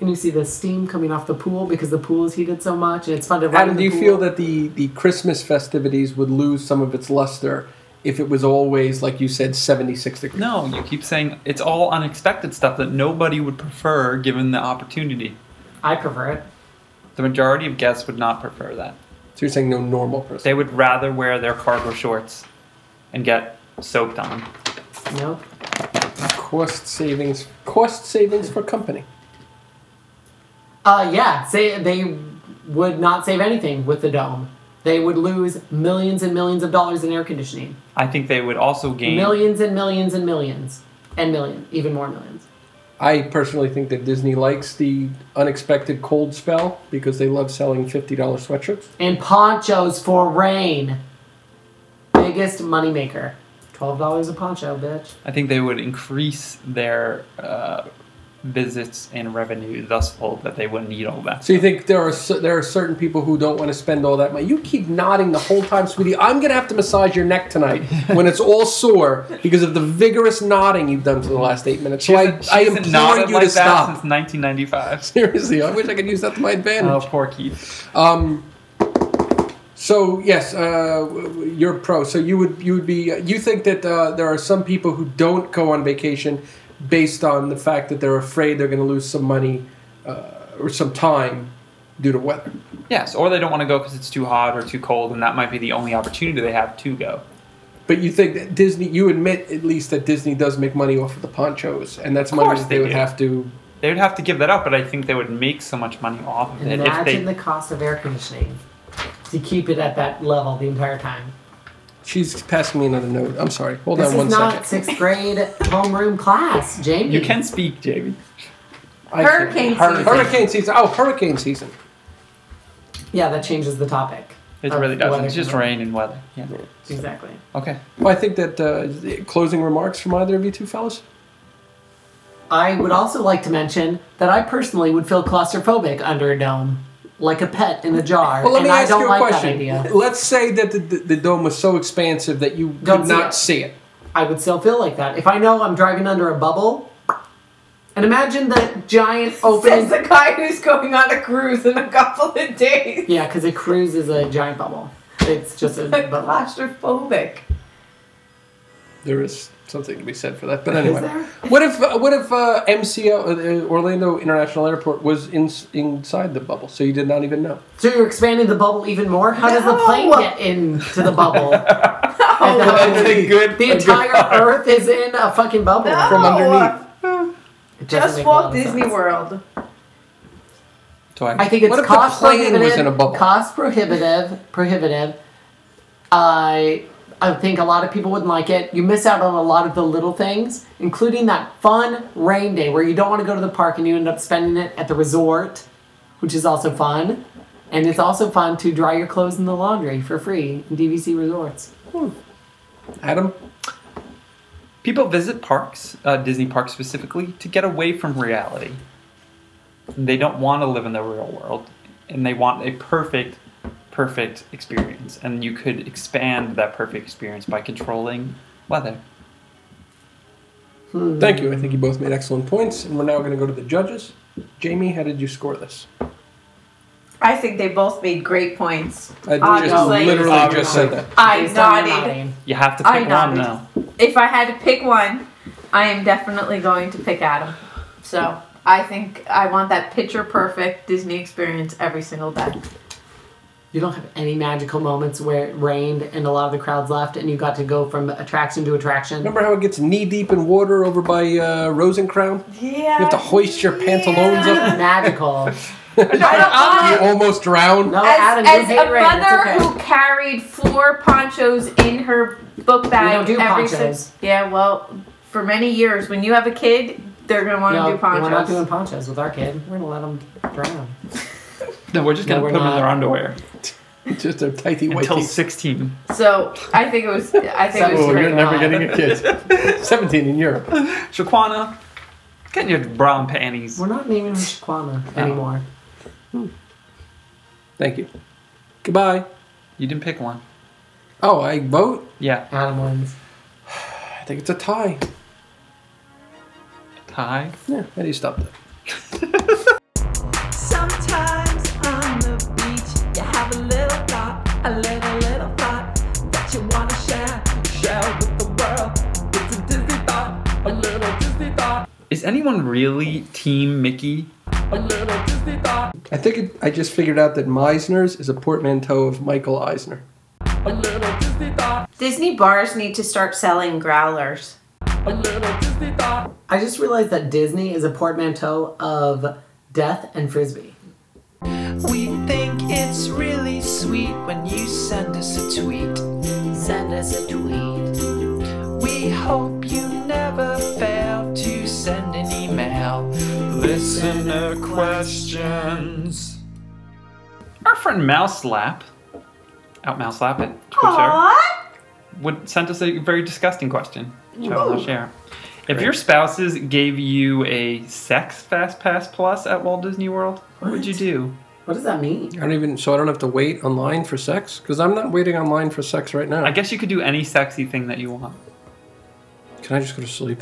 Speaker 1: And you see the steam coming off the pool because the pool is heated so much, and it's fun to run. in
Speaker 3: Adam,
Speaker 1: the
Speaker 3: do you
Speaker 1: pool.
Speaker 3: feel that the, the Christmas festivities would lose some of its luster if it was always, like you said, 76 degrees?
Speaker 2: No, you keep saying it's all unexpected stuff that nobody would prefer given the opportunity.
Speaker 1: I prefer it.
Speaker 2: The majority of guests would not prefer that.
Speaker 3: So you're saying no normal person.
Speaker 2: They would rather wear their cargo shorts and get soaked on.
Speaker 1: Nope.
Speaker 3: Cost savings. Cost savings for company.
Speaker 1: Uh, yeah, say they would not save anything with the dome. They would lose millions and millions of dollars in air conditioning.
Speaker 2: I think they would also gain.
Speaker 1: Millions and millions and millions and millions, even more millions.
Speaker 3: I personally think that Disney likes the unexpected cold spell because they love selling $50 sweatshirts.
Speaker 1: And ponchos for rain. Biggest moneymaker. Twelve dollars a poncho, bitch.
Speaker 2: I think they would increase their uh, visits and revenue thus full that they wouldn't need all that.
Speaker 3: So you think there are cer- there are certain people who don't want to spend all that money? You keep nodding the whole time, sweetie. I'm gonna have to massage your neck tonight when it's all sore because of the vigorous nodding you've done for the last eight minutes. So
Speaker 2: She
Speaker 3: I,
Speaker 2: hasn't- she
Speaker 3: I
Speaker 2: hasn't
Speaker 3: implore
Speaker 2: nodded
Speaker 3: you
Speaker 2: like
Speaker 3: to
Speaker 2: that
Speaker 3: stop.
Speaker 2: Since 1995.
Speaker 3: Seriously, I wish I could use that to my
Speaker 2: Oh,
Speaker 3: advantage.
Speaker 2: poor Keith.
Speaker 3: Um, so yes, uh, w- w- you're pro. So you would you would be you think that uh, there are some people who don't go on vacation based on the fact that they're afraid they're going to lose some money uh, or some time due to weather.
Speaker 2: Yes, or they don't want to go because it's too hot or too cold, and that might be the only opportunity they have to go.
Speaker 3: But you think that Disney, you admit at least that Disney does make money off of the ponchos, and that's money
Speaker 2: course
Speaker 3: that they,
Speaker 2: they
Speaker 3: would
Speaker 2: do.
Speaker 3: have to.
Speaker 2: They would have to give that up, but I think they would make so much money off of it if
Speaker 1: Imagine
Speaker 2: they.
Speaker 1: the cost of air conditioning to keep it at that level the entire time.
Speaker 3: She's passing me another note. I'm sorry. Hold
Speaker 1: This
Speaker 3: on one
Speaker 1: is not
Speaker 3: second.
Speaker 1: sixth grade homeroom class, Jamie.
Speaker 2: you can speak, Jamie.
Speaker 3: I-
Speaker 4: Hurricane
Speaker 3: Hur-
Speaker 4: season.
Speaker 3: Hurricane season. Oh, hurricane season.
Speaker 1: Yeah, that changes the topic.
Speaker 2: It
Speaker 1: of
Speaker 2: really doesn't.
Speaker 1: weather
Speaker 2: It's just
Speaker 1: control.
Speaker 2: rain and weather. Yeah.
Speaker 1: Exactly.
Speaker 2: Okay.
Speaker 3: Well, I think that uh, the- closing remarks from either of you two fellas.
Speaker 1: I would also like to mention that I personally would feel claustrophobic under a dome. like a pet in a jar.
Speaker 3: Well, let
Speaker 1: and
Speaker 3: me
Speaker 1: I
Speaker 3: ask
Speaker 1: don't
Speaker 3: you a
Speaker 1: like that
Speaker 3: question.
Speaker 1: idea.
Speaker 3: Let's say that the, the, the dome was so expansive that you
Speaker 1: Don't
Speaker 3: could
Speaker 1: see
Speaker 3: not
Speaker 1: it.
Speaker 3: see it.
Speaker 1: I would still feel like that. If I know I'm driving under a bubble, and imagine the giant
Speaker 4: Says
Speaker 1: open.
Speaker 4: the guy who's going on a cruise in a couple of days.
Speaker 1: yeah, because a cruise is a giant bubble. It's just a bubble.
Speaker 4: Claustrophobic.
Speaker 3: There is something to be said for that. But
Speaker 1: Is
Speaker 3: anyway,
Speaker 1: there?
Speaker 3: what if uh, what if uh, MCO uh, uh, Orlando International Airport was in, inside the bubble, so you did not even know?
Speaker 1: So you're expanding the bubble even more? How does the plane
Speaker 4: No.
Speaker 1: get into the bubble?
Speaker 2: That's a good.
Speaker 1: the
Speaker 2: a good-
Speaker 1: entire Earth is in a fucking bubble.
Speaker 4: No.
Speaker 3: From underneath.
Speaker 1: It doesn't
Speaker 4: Just
Speaker 1: make a lot
Speaker 4: Walt
Speaker 1: of
Speaker 4: Disney
Speaker 1: sense.
Speaker 4: World.
Speaker 2: So I-
Speaker 1: I think it's
Speaker 3: What if the
Speaker 1: cost
Speaker 3: plane was
Speaker 1: prohibitive.
Speaker 3: in a bubble?
Speaker 1: Cost prohibitive. Prohibitive. I I think a lot of people wouldn't like it. You miss out on a lot of the little things, including that fun rain day where you don't want to go to the park and you end up spending it at the resort, which is also fun. And it's also fun to dry your clothes in the laundry for free in DVC resorts.
Speaker 3: Adam,
Speaker 2: People visit parks, uh, Disney parks specifically, to get away from reality. They don't want to live in the real world, and they want a perfect, perfect experience. And you could expand that perfect experience by controlling weather.
Speaker 3: thank you. I think you both made excellent points, and we're now going to go to the judges. Jamie, how did you score this?
Speaker 4: I think they both made great points.
Speaker 3: I just
Speaker 4: Obviously.
Speaker 3: literally just said that.
Speaker 4: I
Speaker 1: Based on your
Speaker 4: nodded.
Speaker 1: nodding.
Speaker 2: You have to
Speaker 4: I
Speaker 2: pick one
Speaker 4: nodded.
Speaker 2: now.
Speaker 4: If I had to pick one, I am definitely going to pick Adam. So I think I want that picture perfect Disney experience every single day.
Speaker 1: You don't have any magical moments where it rained and a lot of the crowds left and you got to go from attraction to attraction.
Speaker 3: Remember how it gets knee deep in water over by uh, Rosencrown?
Speaker 4: Yeah.
Speaker 3: You have to hoist your pantaloons up.
Speaker 1: Magical.
Speaker 4: I don't want
Speaker 3: You almost drown.
Speaker 1: No, Adam,
Speaker 4: as,
Speaker 1: you
Speaker 4: as
Speaker 1: hate
Speaker 4: a
Speaker 1: rain.
Speaker 4: mother
Speaker 1: it's okay.
Speaker 4: who carried four ponchos in her book bag
Speaker 1: We don't do
Speaker 4: every
Speaker 1: ponchos.
Speaker 4: sin- yeah, well, for many years, when you have a kid, they're gonna want to
Speaker 1: no,
Speaker 4: do ponchos.
Speaker 1: we're not doing ponchos with our kid. We're gonna let them drown.
Speaker 2: No, we're just
Speaker 1: No,
Speaker 2: gonna
Speaker 1: we're
Speaker 2: put them in
Speaker 1: not.
Speaker 2: their underwear
Speaker 3: Just a tighty white
Speaker 2: until
Speaker 3: tee.
Speaker 2: sixteen.
Speaker 4: so I think it was. I think it was
Speaker 1: So-
Speaker 3: Oh,
Speaker 4: great.
Speaker 3: you're never
Speaker 1: God.
Speaker 3: getting a kid. 17 in Europe.
Speaker 2: Shaquana, get in your brown panties.
Speaker 1: We're not naming her Shaquana anymore.
Speaker 3: Thank you. Goodbye.
Speaker 2: You didn't pick one.
Speaker 3: Oh, I vote.
Speaker 2: Yeah,
Speaker 1: Adam wins.
Speaker 3: I think it's a tie.
Speaker 2: Ty.
Speaker 3: Yeah, how do you stop that?
Speaker 7: Sometimes on the beach, you have a little thought, a little, little thought that you want to share. Share with the world. It's a Disney thought, a little Disney thought,
Speaker 2: Is anyone really Team Mickey?
Speaker 7: a little Disney thought,
Speaker 3: I think it, I just figured out that Meisner's is a portmanteau of Michael Eisner.
Speaker 7: a little Disney thought,
Speaker 4: Disney bars need to start selling growlers.
Speaker 7: a little Disney thought.
Speaker 1: I just realized that Disney is a portmanteau of death and frisbee.
Speaker 7: We think it's really sweet when you send us a tweet.
Speaker 5: Send us a tweet.
Speaker 7: We hope you never fail to send an email.
Speaker 6: Listener questions.
Speaker 2: Our friend Mouse Slap, out Mouse Slap at Twitter, would send us a very disgusting question, which I will share. If your spouses gave you a sex fast pass plus at Walt Disney World, what, would you do?
Speaker 1: What does that mean?
Speaker 3: I don't even, so I don't have to wait online for sex? Because I'm not waiting online for sex right now.
Speaker 2: I guess you could do any sexy thing that you want.
Speaker 3: Can I just go to sleep?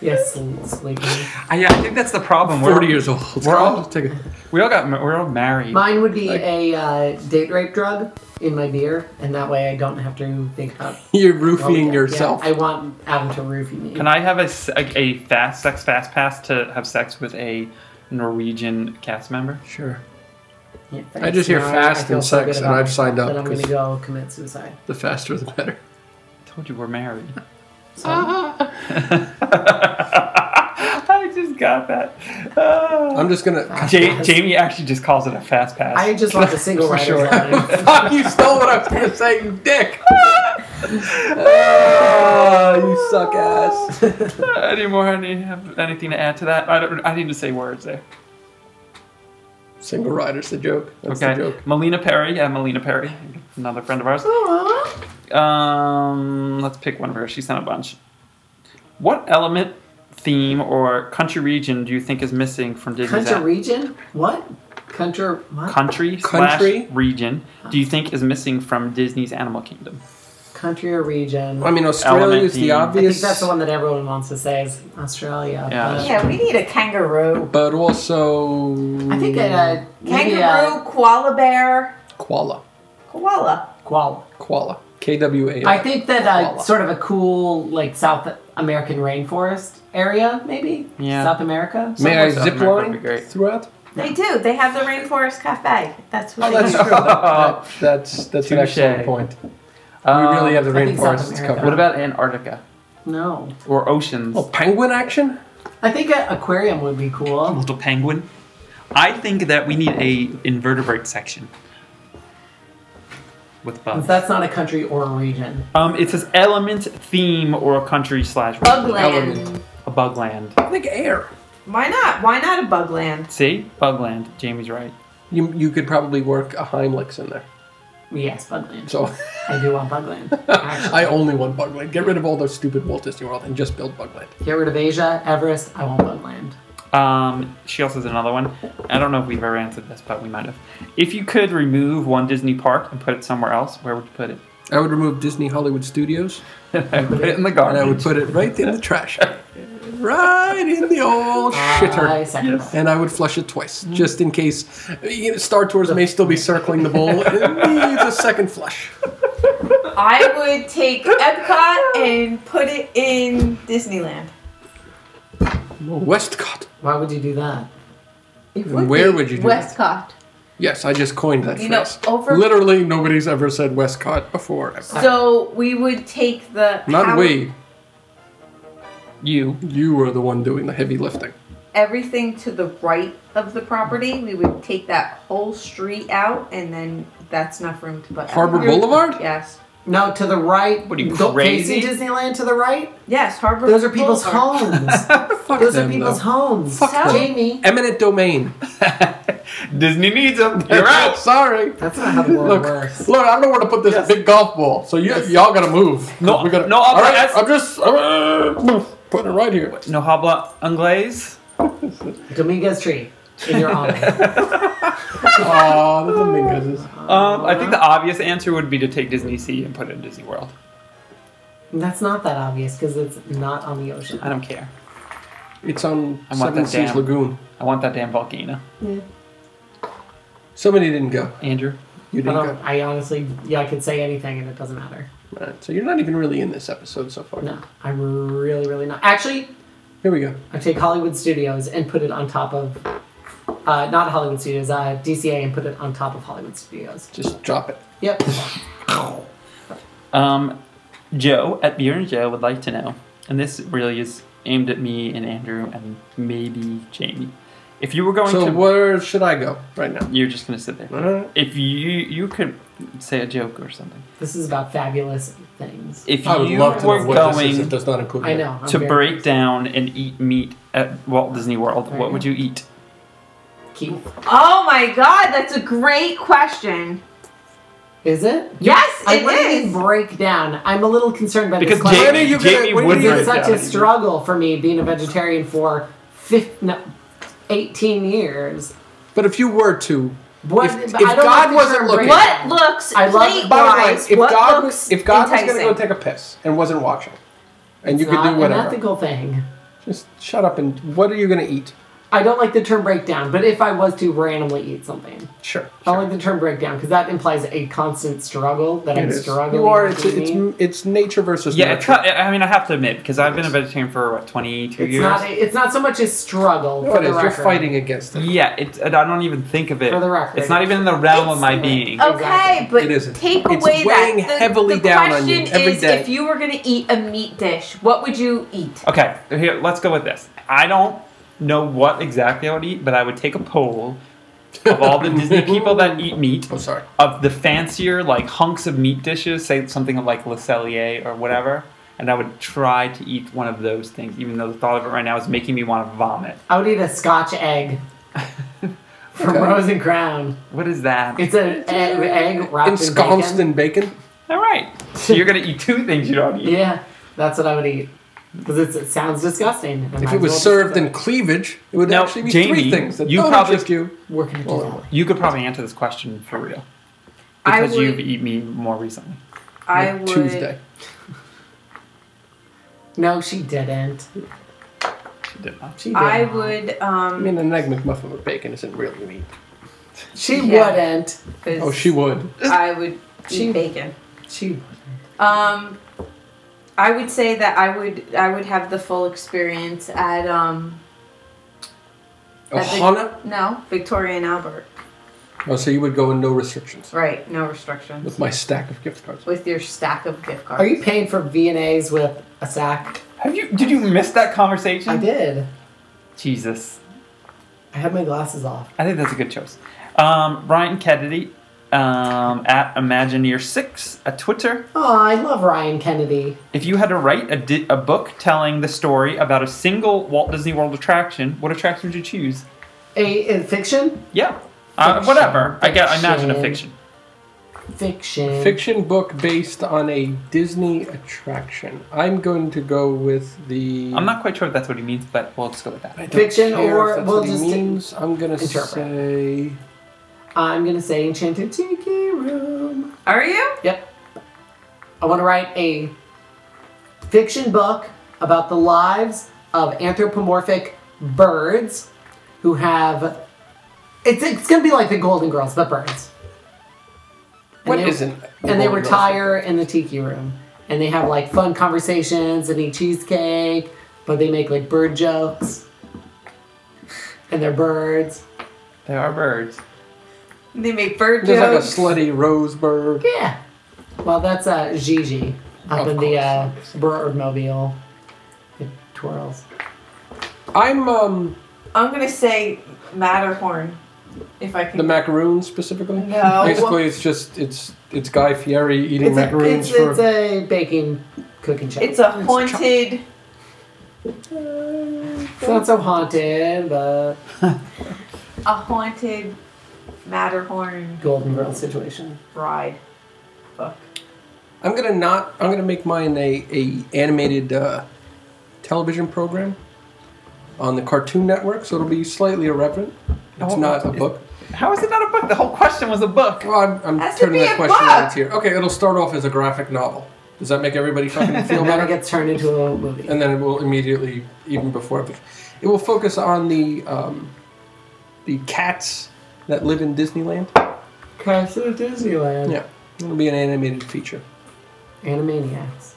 Speaker 1: Yes, sl- sleeping.
Speaker 2: I, I think that's the problem. We're,
Speaker 3: 40 years old.
Speaker 2: we're all-
Speaker 3: Just take a-
Speaker 2: we all got ma- we're all married.
Speaker 1: Mine would be a uh, date rape drug in my beer, and that way I don't have to think about
Speaker 3: You're
Speaker 1: Oh, yeah,
Speaker 3: roofing yourself.
Speaker 1: yeah, I want Adam to roofie me.
Speaker 2: Can I have a, s- a- a fast sex fast pass to have sex with a Norwegian cast member?
Speaker 3: Sure.
Speaker 1: Yeah,
Speaker 3: I just hear
Speaker 1: thanks. Now
Speaker 3: fast
Speaker 1: I feel
Speaker 3: and
Speaker 1: so
Speaker 3: sex,
Speaker 1: good
Speaker 3: and
Speaker 1: about
Speaker 3: I've
Speaker 1: myself
Speaker 3: signed up
Speaker 1: That I'm going
Speaker 3: 'cause-
Speaker 1: to go commit suicide.
Speaker 3: The faster the better.
Speaker 2: told you we're married.
Speaker 1: So,
Speaker 2: I just got that. Ah.
Speaker 3: I'm just gonna.
Speaker 2: Ja- Jamie actually just calls it a fast pass.
Speaker 1: I just want the single rider
Speaker 3: sure.
Speaker 1: line.
Speaker 3: Fuck, you stole what I was gonna say, you dick! Ah, you suck ass.
Speaker 2: Any more? Any have anything to add to that? I don't. I need to say words there.
Speaker 3: Single rider's the joke. That's
Speaker 2: okay.
Speaker 3: the joke.
Speaker 2: Melina Perry. Yeah, Melina Perry, another friend of ours. Um, let's pick one of her. She sent a bunch. What element, theme, or country region do you think is missing from Disney's?
Speaker 1: Country
Speaker 2: app?
Speaker 1: region? What? Country. What?
Speaker 2: country,
Speaker 3: Country?
Speaker 2: slash region do you think is missing from Disney's Animal Kingdom?
Speaker 1: country or region.
Speaker 3: I mean, Australia is
Speaker 2: Elementine.
Speaker 3: the
Speaker 2: I
Speaker 1: I think
Speaker 3: obvious,
Speaker 1: that's the one that everyone wants to say is Australia.
Speaker 2: Yeah.
Speaker 1: but-
Speaker 4: Yeah, we need a kangaroo.
Speaker 3: but also
Speaker 1: I think it, uh, maybe,
Speaker 4: Kangaroo,
Speaker 1: uh,
Speaker 4: koala bear,
Speaker 3: koala,
Speaker 4: koala.
Speaker 1: koala.
Speaker 3: koala, K W A.
Speaker 1: I think that uh,
Speaker 3: Koala.
Speaker 1: sort of a cool like South American rainforest area, maybe
Speaker 2: Yeah.
Speaker 1: South America.
Speaker 3: May I
Speaker 2: South
Speaker 3: zip
Speaker 2: America would be
Speaker 3: line
Speaker 2: great.
Speaker 3: throughout?
Speaker 4: They do. They have the Rainforest Cafe. Oh, That's what they
Speaker 3: That's
Speaker 4: do.
Speaker 3: true. That- that's that's an
Speaker 2: Touché.
Speaker 3: excellent point.
Speaker 2: Um,
Speaker 3: we really have the
Speaker 1: I think South
Speaker 3: rainforests
Speaker 1: America.
Speaker 3: covered.
Speaker 2: What about Antarctica
Speaker 1: No,
Speaker 2: or oceans?
Speaker 3: Oh, penguin action?
Speaker 1: I think an aquarium would be cool.
Speaker 2: Little penguin. I think that we need a invertebrate section with bugs.
Speaker 1: That's not a country or a region.
Speaker 2: Um, it says element, theme, or a country slash
Speaker 4: Bugland.
Speaker 2: a bugland.
Speaker 3: Like air.
Speaker 4: Why not? Why not a bugland?
Speaker 2: See, bugland. Jamie's right.
Speaker 3: You you could probably work a Heimlich's in there.
Speaker 1: Yes, Bugland.
Speaker 3: So
Speaker 1: I do want Bugland. Actually.
Speaker 3: I only want Bugland. Get rid of all those stupid Walt Disney World and just build Bugland.
Speaker 1: Get rid of Asia, Everest. I want Bugland.
Speaker 2: Um, she also has another one. I don't know if we've ever answered this, but we might have. If you could remove one Disney park and put it somewhere else, where would you put it?
Speaker 3: I would remove Disney Hollywood Studios
Speaker 2: I would put it in the
Speaker 3: and I would
Speaker 2: garden.
Speaker 3: put it right in the trash. right in the old
Speaker 1: I
Speaker 3: shitter.
Speaker 1: second that.
Speaker 3: And I would flush it twice, just in case you know, Star Tours may still be circling the bowl. It needs a second flush.
Speaker 4: I would take Epcot and put it in Disneyland.
Speaker 3: Westcott.
Speaker 1: Why would you do that?
Speaker 3: Where would you do that?
Speaker 4: Westcott.
Speaker 3: Yes, I just coined that
Speaker 4: You know,
Speaker 3: phrase.
Speaker 4: over-
Speaker 3: Literally, nobody's ever said Westcott before. Ever.
Speaker 4: So we would take the
Speaker 3: Not
Speaker 4: Howard-
Speaker 3: we.
Speaker 2: You.
Speaker 3: You were the one doing the heavy lifting.
Speaker 4: everything to the right of the property. We would take that whole street out, and then that's enough room to put
Speaker 3: Harbor
Speaker 4: everything.
Speaker 3: Boulevard?
Speaker 4: Yes,
Speaker 1: No, to the right.
Speaker 2: What are you,
Speaker 1: Don't
Speaker 2: crazy?
Speaker 1: Casey Disneyland to the right.
Speaker 4: yes, Harbor.
Speaker 1: Those are people's
Speaker 4: Boulevard.
Speaker 1: homes.
Speaker 3: Fuck
Speaker 1: Those are
Speaker 3: them,
Speaker 1: people's
Speaker 3: though.
Speaker 1: homes.
Speaker 3: Fuck them.
Speaker 1: Jamie.
Speaker 3: Eminent domain.
Speaker 2: Disney needs them. You're out.
Speaker 3: Sorry.
Speaker 1: That's not how the world
Speaker 3: Look,
Speaker 1: works.
Speaker 3: look, I don't want to put this big golf ball. So you, y'all gotta move.
Speaker 2: No,
Speaker 3: we gotta,
Speaker 2: no, I'll-
Speaker 3: all right,
Speaker 2: that's-
Speaker 3: I'm just uh, putting it right here.
Speaker 2: No habla anglaise.
Speaker 1: Dominguez tree in your honor.
Speaker 3: Aw, the Dominguez's.
Speaker 2: Um, I think the obvious answer would be to take Disney Sea and put it in Disney World.
Speaker 1: That's not that obvious because it's not on the ocean.
Speaker 2: I don't care.
Speaker 3: It's on
Speaker 2: I want
Speaker 3: Seven
Speaker 2: that
Speaker 3: Seas
Speaker 2: damn-
Speaker 3: Lagoon.
Speaker 2: I want that damn volcano.
Speaker 3: Somebody didn't go.
Speaker 2: Andrew,
Speaker 3: You
Speaker 1: I
Speaker 3: didn't
Speaker 1: don't.
Speaker 3: go.
Speaker 1: I honestly, yeah, I could say anything and it doesn't matter.
Speaker 3: Right, so you're not even really in this episode so far.
Speaker 1: No, I'm really, really not. Actually,
Speaker 3: Here we go.
Speaker 1: I take Hollywood Studios and put it on top of, uh, not Hollywood Studios, uh, DCA, and put it on top of Hollywood Studios.
Speaker 3: Just drop it.
Speaker 1: Yep.
Speaker 2: um, Joe at Beer and Joe would like to know, and this really is aimed at me and Andrew and maybe Jamie. If you were going
Speaker 3: So
Speaker 2: to,
Speaker 3: where should I go right now?
Speaker 2: you're just gonna sit there.
Speaker 3: Alright.
Speaker 2: If you you could say a joke or something.
Speaker 1: this is about fabulous things.
Speaker 2: If
Speaker 3: I would
Speaker 2: you
Speaker 3: love to
Speaker 2: were
Speaker 3: know what this is. It
Speaker 2: going
Speaker 3: does not include.
Speaker 1: I
Speaker 3: me.
Speaker 1: know. I'm
Speaker 2: to
Speaker 1: very-
Speaker 2: break down and eat meat at Walt Disney World,
Speaker 1: Right.
Speaker 2: what would you eat?
Speaker 1: Keith.
Speaker 4: Oh my god, that's a great question.
Speaker 1: Is it?
Speaker 4: Yes,
Speaker 1: I
Speaker 4: it
Speaker 1: wouldn't
Speaker 4: is.
Speaker 1: even break down. I'm a little concerned by
Speaker 2: Because
Speaker 1: this question.
Speaker 3: When are
Speaker 2: Jamie,
Speaker 3: you gonna-
Speaker 2: Jamie
Speaker 3: when are
Speaker 2: would
Speaker 3: you gonna-
Speaker 1: It's
Speaker 2: break
Speaker 1: such
Speaker 2: down
Speaker 1: a
Speaker 2: and eat
Speaker 1: struggle for me being a vegetarian for fif- no, 18 years.
Speaker 3: But if you were to,
Speaker 1: What,
Speaker 3: If-
Speaker 1: I
Speaker 3: if
Speaker 1: don't
Speaker 3: God
Speaker 1: like the
Speaker 3: wasn't
Speaker 1: term
Speaker 3: looking-
Speaker 1: break
Speaker 4: What
Speaker 1: down.
Speaker 4: looks
Speaker 1: I love-
Speaker 4: plate
Speaker 3: by the way,
Speaker 4: wise?
Speaker 3: if
Speaker 4: what
Speaker 3: God
Speaker 4: looks
Speaker 3: was if God was going
Speaker 4: enticing?
Speaker 3: to go take a piss and wasn't watching, and you
Speaker 1: It's
Speaker 3: could
Speaker 1: not
Speaker 3: do whatever,
Speaker 1: an ethical thing.
Speaker 3: just shut up and what are you going to eat?
Speaker 1: I don't like the term breakdown, but if I was to randomly eat something,
Speaker 3: Sure.
Speaker 1: I don't like the term breakdown because that implies a constant struggle that I'm
Speaker 3: It is.
Speaker 1: struggling.
Speaker 3: You are.
Speaker 1: with
Speaker 3: It's, it's
Speaker 1: eating.
Speaker 3: it's nature versus
Speaker 2: Yeah, it's
Speaker 3: nurture.
Speaker 2: not, I mean, I have to admit because I've been a vegetarian for what 22
Speaker 1: It's
Speaker 2: years.
Speaker 1: not. It's not so much a struggle.
Speaker 3: No,
Speaker 1: for
Speaker 3: it
Speaker 1: the
Speaker 3: is. You're
Speaker 1: record.
Speaker 3: fighting against it.
Speaker 2: Yeah, it, I don't even think of it.
Speaker 1: For the record.
Speaker 2: It's not even in the realm of my
Speaker 1: It's-
Speaker 2: being.
Speaker 1: oh.
Speaker 4: Okay, but
Speaker 3: It isn't.
Speaker 4: take
Speaker 3: It's
Speaker 4: away that.
Speaker 3: weighing heavily down on you
Speaker 4: question
Speaker 3: every
Speaker 4: is,
Speaker 3: day.
Speaker 4: if you were going to eat a meat dish, what would you eat?
Speaker 2: Okay, here, let's go with this. I don't know what exactly I would eat, but I would take a poll of all the Disney people that eat meat,
Speaker 3: Oh, sorry.
Speaker 2: of the fancier, like, hunks of meat dishes, say something like Le Cellier or whatever, and I would try to eat one of those things, even though the thought of it right now is making me want to vomit.
Speaker 1: I would eat a Scotch egg from
Speaker 3: Okay.
Speaker 1: Rose and Crown.
Speaker 2: What is that?
Speaker 1: It's an e- egg wrapped
Speaker 3: Ensconced
Speaker 1: in bacon.
Speaker 3: in bacon.
Speaker 2: all right. So you're going to eat two things you don't eat.
Speaker 1: Yeah, that's what I would eat. because it's, it sounds disgusting. I might
Speaker 3: If
Speaker 1: as
Speaker 3: it was
Speaker 1: well
Speaker 3: served
Speaker 1: just-
Speaker 3: in cleavage, it would
Speaker 2: Now,
Speaker 3: actually be
Speaker 2: Jamie,
Speaker 3: three things that
Speaker 2: you
Speaker 3: don't
Speaker 2: probably-
Speaker 3: interest you.
Speaker 1: we're gonna do that.
Speaker 2: You could probably answer this question for real.
Speaker 4: I
Speaker 2: Because
Speaker 4: would-
Speaker 2: you've eaten me more recently.
Speaker 4: I
Speaker 3: like
Speaker 4: would.
Speaker 3: Tuesday.
Speaker 1: No, she didn't.
Speaker 2: She did not.
Speaker 1: She did.
Speaker 4: I
Speaker 1: not.
Speaker 4: would.
Speaker 3: I
Speaker 4: Um,
Speaker 3: mean, an egg McMuffin with bacon isn't really meat.
Speaker 1: She
Speaker 4: Yeah.
Speaker 1: wouldn't.
Speaker 4: 'cause
Speaker 3: Oh, she would.
Speaker 4: I would
Speaker 1: She-
Speaker 4: eat bacon.
Speaker 1: She.
Speaker 4: Um, I would say that I would. I would have the full experience at um.
Speaker 3: Oh,
Speaker 4: at Vic-
Speaker 3: Hana?
Speaker 4: No, Victoria and Albert.
Speaker 3: Oh, so you would go with no restrictions
Speaker 4: Right. No restrictions.
Speaker 3: with my stack of gift cards.
Speaker 4: With your stack of gift cards.
Speaker 1: Are you paying for V and A's with a sack?
Speaker 2: Have you did you miss that conversation?
Speaker 1: I did.
Speaker 2: Jesus.
Speaker 1: I had my glasses off.
Speaker 2: I think that's a good choice. Um, Ryan Kennedy um, at Imagineer6 at Twitter.
Speaker 1: Oh, I love Ryan Kennedy.
Speaker 2: If you had to write a, di- a book telling the story about a single Walt Disney World attraction, what attraction would you choose?
Speaker 1: A in fiction,
Speaker 2: Yeah. Uh,
Speaker 1: Fiction.
Speaker 2: whatever. I get. I imagine a
Speaker 1: Fiction.
Speaker 2: fiction.
Speaker 1: fiction.
Speaker 3: Fiction book based on a Disney attraction. I'm going to go with the.
Speaker 2: I'm not quite sure if that's what he means, but we'll just go with that.
Speaker 3: I don't
Speaker 1: Fiction
Speaker 3: care
Speaker 1: or
Speaker 3: if that's
Speaker 1: we'll
Speaker 3: what he
Speaker 1: just-
Speaker 3: means. I'm gonna
Speaker 1: interpret.
Speaker 3: say
Speaker 1: I'm gonna say Enchanted Tiki Room.
Speaker 4: Are you?
Speaker 1: Yep. I want to write a fiction book about the lives of anthropomorphic birds who have. It's it's gonna be like the Golden Girls, but birds. And
Speaker 3: what
Speaker 1: they-
Speaker 3: isn't.
Speaker 1: and they retire in the tiki room and they have like fun conversations and eat cheesecake but they make like bird jokes and they're birds
Speaker 2: There are birds.
Speaker 4: They make bird
Speaker 3: There's like a
Speaker 4: jokes.
Speaker 3: slutty Roseburg.
Speaker 1: yeah well that's uh gigi up
Speaker 3: Of
Speaker 1: in the
Speaker 3: course.
Speaker 1: uh bird mobile it twirls
Speaker 3: I'm um
Speaker 4: I'm gonna say Matterhorn, if I can.
Speaker 3: the macaroons specifically.
Speaker 4: No.
Speaker 3: Basically, it's just it's it's Guy Fieri eating
Speaker 1: it's a,
Speaker 3: macaroons
Speaker 1: it's,
Speaker 3: for.
Speaker 1: it's a baking cooking show
Speaker 4: it's a haunted.
Speaker 1: it's not so haunted but
Speaker 4: A haunted Matterhorn
Speaker 1: golden girl situation
Speaker 4: ride. Book.
Speaker 3: I'm gonna not. I'm gonna make mine a a animated uh, television program on the Cartoon Network, so it'll be slightly irreverent. It's
Speaker 2: Oh,
Speaker 3: not a
Speaker 2: it-
Speaker 3: book.
Speaker 2: How is it not a book? The whole question was a book.
Speaker 3: Well, I'm, I'm
Speaker 4: Has to
Speaker 3: turning
Speaker 4: be
Speaker 3: that
Speaker 4: a
Speaker 3: question
Speaker 4: book.
Speaker 3: on its ear. Okay, it'll start off as a graphic novel. Does that make everybody fucking feel
Speaker 1: and then it
Speaker 3: better?
Speaker 1: gets turned into a movie
Speaker 3: And then it will immediately, even before it, it will focus on the um, the cats that live in Disneyland.
Speaker 1: Castle Disneyland
Speaker 3: Yeah, it'll be an animated feature.
Speaker 1: Animaniacs